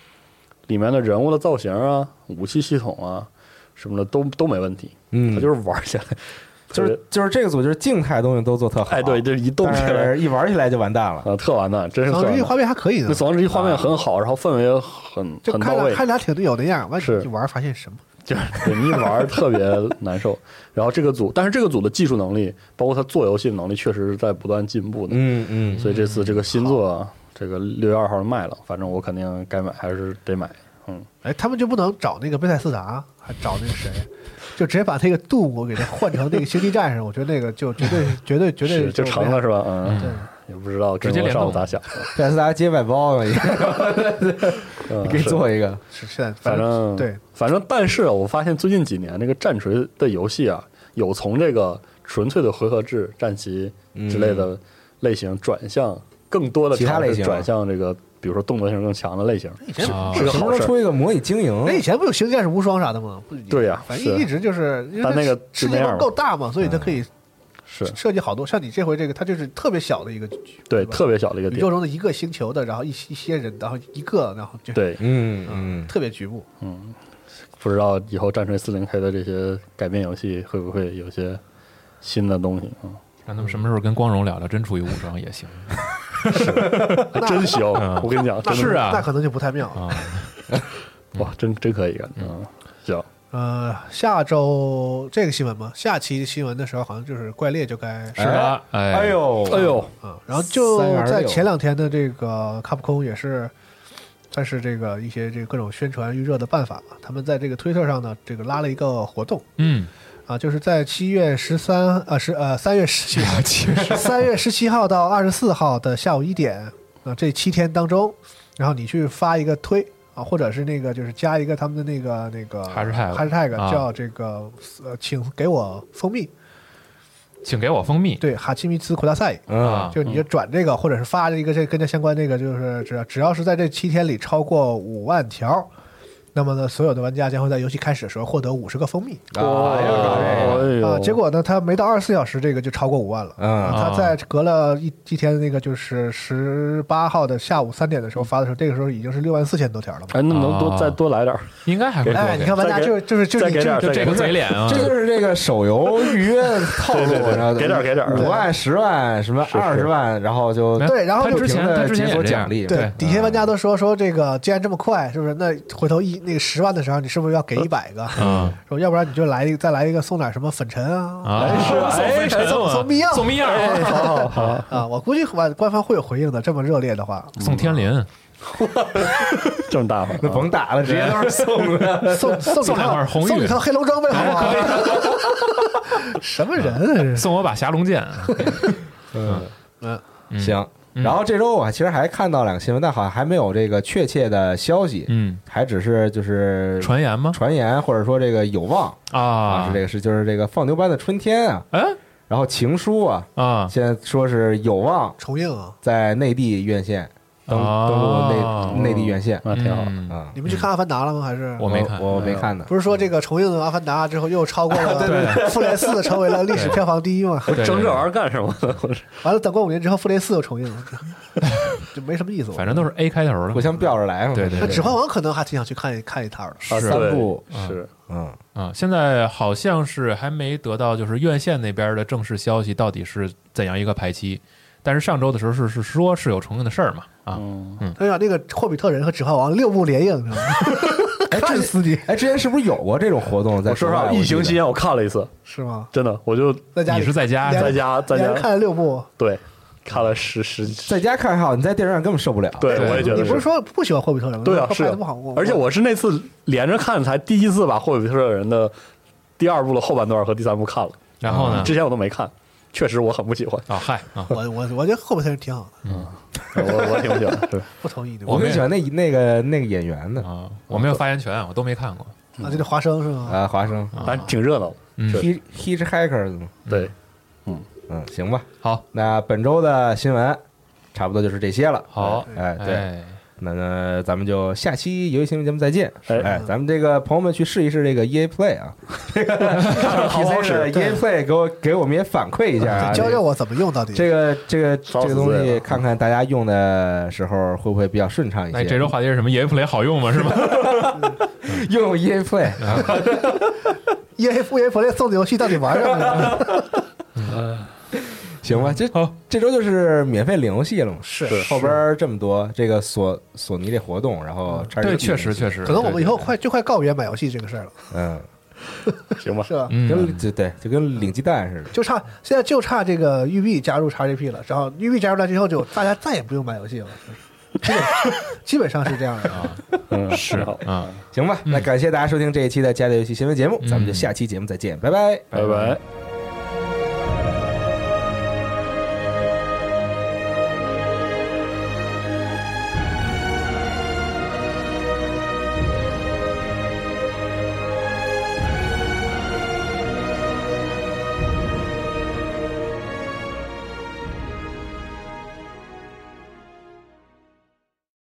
里面的人物的造型啊、武器系统啊什么的都都没问题，
嗯，
它就是玩起来
就
特
是
别
就是这个组就是静态东西都做特
(laughs)
好，
哎 (laughs) 对，就是一动
但
起来
是一玩起来就完蛋了，
啊特完蛋，真是特
然后这
完
一
蛋。
画面还可以
那
呢，
死亡之息画面很好，然后氛围也很
就
很到
看着
位，
看俩挺有那样，完
是
一玩发现什么？
就是对你一玩儿特别难受。然后这个组，但是这个组的技术能力，包括他做游戏的能力，确实是在不断进步的。
嗯 (laughs) 嗯，
所以这次这个新作啊，这个六月二号卖了，反正我肯定该买还是得买。嗯，
哎，他们就不能找那个贝塞斯达，还找那个谁，就直接把那个杜姆给他换成那个星际战士，我觉得那个就
(laughs)
绝对绝对绝对
是就成了是吧？嗯，也
对，
不知道
直
跟
接
我
联
上午
动
咋想。
贝塞斯达接外包了，
嗯 (laughs)
你，给
是
做一个，
是现在
反正
对，
反正但是啊我发现最近几年那个战锤的游戏啊，有从这个纯粹的回合制战棋之类的类型转向更多的
其他
尝试
类型啊
转向这个，比如说动作性更强的类型，
以前
啊
是个
什么
好
时
事
候
儿。
出一个模拟经营
那？以前不有星际战士无双啥的吗？不
对呀
反
是啊
正一直就是，因为
但那个
世
就那
界
样
观够大嘛，所以它
嗯
可以
是
设计好多。像你这回这个，它就是特别小的一个局
对
吧
特别小的一个
宇
点
宙，中的一个星球的，然后一一些人，然后一个，然后就
对，
嗯嗯，
特别局部。
不知道以后战锤四零 K 的这些改变游戏会不会有些新的东西啊？
让他们什么时候跟光荣聊聊，真出一无双也行
还真行，我跟你讲，真的
是啊
那可能就不太妙了。
啊。
哇，真真可以感觉啊，行，
呃，下周这个新闻嘛，下期新闻的时候好像就是怪猎就该
是的，哎，
哎，呦
哎呦，
啊，然后就
3月26
在前两天的这个 Capcom 也是，算是这个一些这个各种宣传预热的办法吧。他们在这个推特上呢，这个拉了一个活动
嗯，
啊，就是在七月十三呃十呃三月十七号，三月十七号到二十四号的下午一点啊，这七天当中，然后你去发一个推。啊，或者是那个，就是加一个他们的那个那个
Hashtag
hashtag
啊
叫这个呃，请给我蜂蜜，
请给我蜂蜜
对，哈奇米兹库大赛，
嗯，
啊
就你就转这个，或者是发一个这跟这相关这个，就是只要只要是在这七天里超过五万条，那么呢，所有的玩家将会在游戏开始的时候获得五十个蜂蜜
哎呦
哎
啊、
呦，
结果呢，它没到二十四小时，这个就超过五万了。啊
嗯
他在隔了一一天，那个就是十八号的下午三点的时候发的时候，这个时候已经是六万四千多条了嘛。
哎，那能多
啊
再多来点儿？
应该还会多
哎，
给
你看玩家
再给
就就是就
再
是
给点儿，
就
再
这
给点
个
儿
嘴脸啊，
这就是这个手游预约的套路，
(laughs) 对对对
然后
给点儿给点儿
五万、十万什么
是
二十万，然后就
没有
对然后
他
就
之前
不停地
他之前
解锁
也这样
奖励啊
对
对，
底下玩家都说说这个，既然这么快，是不是？那回头一那个十万的时候，你是不是要给一百个？
嗯
说要不然你就来一个，再来一个送点什么粉尘啊，
啊，送分神
送
我
送蜜药
送蜜啊药，
啊，我估计官官方会有回应的。这么热烈的话，
(laughs) 送天林，
这么大方啊，
那甭打了，直接都是送的。
送
呃
送
送
你
两
套
块红玉哎
送你套黑龙装备好不好？ (laughs) 什么人啊这是？
送我把霞龙剑，
(laughs)
啊
嗯，
嗯
行，然后这周我其实还看到两个新闻，但好像还没有这个确切的消息，
嗯，
还只是就是
传言吗？
传言，或者说这个有望啊，
啊
是这，个是就是这个放牛班的春天啊，
哎
然后情书啊，
啊
现在说是有望
重映啊！
在内地院线登
啊
登陆内内地院线
那挺好。
嗯
啊，
你们去看《阿凡达》了吗？还是
我没看嗯
我我没看呢，
不是说这个重映《阿凡达》之后又超过了《复联四》，成为了历史票房第一吗？
对
争这玩意儿干什么？
完了，等过五年之后，《复联四》又重映了，就没什么意思。我
反正都是 A 开头的，
互相吊着来嘛，
对对
那《
对
指环王》可能还挺想去看一看一趟的。
啊
是
三部，
是
嗯
啊，现在好像是还没得到就是院线那边的正式消息，到底是怎样一个排期？但是上周的时候是是说是有重映的事儿嘛啊，
嗯，
对哎呀，那个《霍比特人》和《指环王》六部连映，你知道吗
哎，
看
之
死你
哎，之前是不是有过这种活动？在
我说实
国
话，
外
疫情期，
我记得
间我看了一次，
是吗？
真的，我就
嗯在家里
你是在家
连
在家在
连
家
着看了六部，
对看了十十，十
在家看还好，你在电影院根本受不了。
对
对
我也觉
你
得
不是说不喜欢《霍比特人》吗？
对啊，
说
是
拍
啊
的不好，我
而且我是那次连着看才第一次把《霍比特人》的第二部的后半段和第三部看了，
然后呢
之前我都没看，确实我很不喜欢，
啊嗨啊，
我我我觉得《霍比特人》挺好的，
(laughs) 我我挺不喜欢， (laughs) 对
不同意对吧
我
我们
更
也
喜欢那那个那个演员呢，
啊，我没有发言权，我都没看过。
啊，这个华生是吗？
啊，华生
啊
反正挺热闹的，
嗯
是
，He He 是 Hackers 嘛，
对，
嗯，行吧。
好，
那本周的新闻差不多就是这些了。
好
哎，对，
哎，
那那咱们就下期游戏新闻节目再见。
哎
哎，咱们这个朋友们去试一试这个 EA Play 啊，这个
(laughs) 好好
PC 的
使
EA Play 给我给我们也反馈一下啊，
教
这
教
个
我怎么用到底？
这个这个这
烧
个
死
东
罪
西，
了
看看大家用的时候会不会比较顺畅一
那
些。
哎这周话题是什么？野 play 好用吗？是吗？
用 EA Play，
EA EA Play 送的游戏到底玩什么呢？
行吧？这
好
这周就是免费领游戏了嘛。
是
后边儿这么多这个索索尼这活动，然后
嗯
对，确实确
实，
实，
可能我们以后
对
快就快告别买游戏这个事儿了，
嗯，
行吧
是，吧？
对对
跟就对，就跟领鸡蛋似的。
就差现在就差这个育碧加入 XGP 了，然后育碧加入了之后，就大家再也不用买游戏了，基本基本上是这样的啊。
嗯，
是
好，
嗯，
行吧，那感谢大家收听这一期的《家的游戏新闻》节目，咱们就
嗯
下期节目再见，拜拜。
拜拜。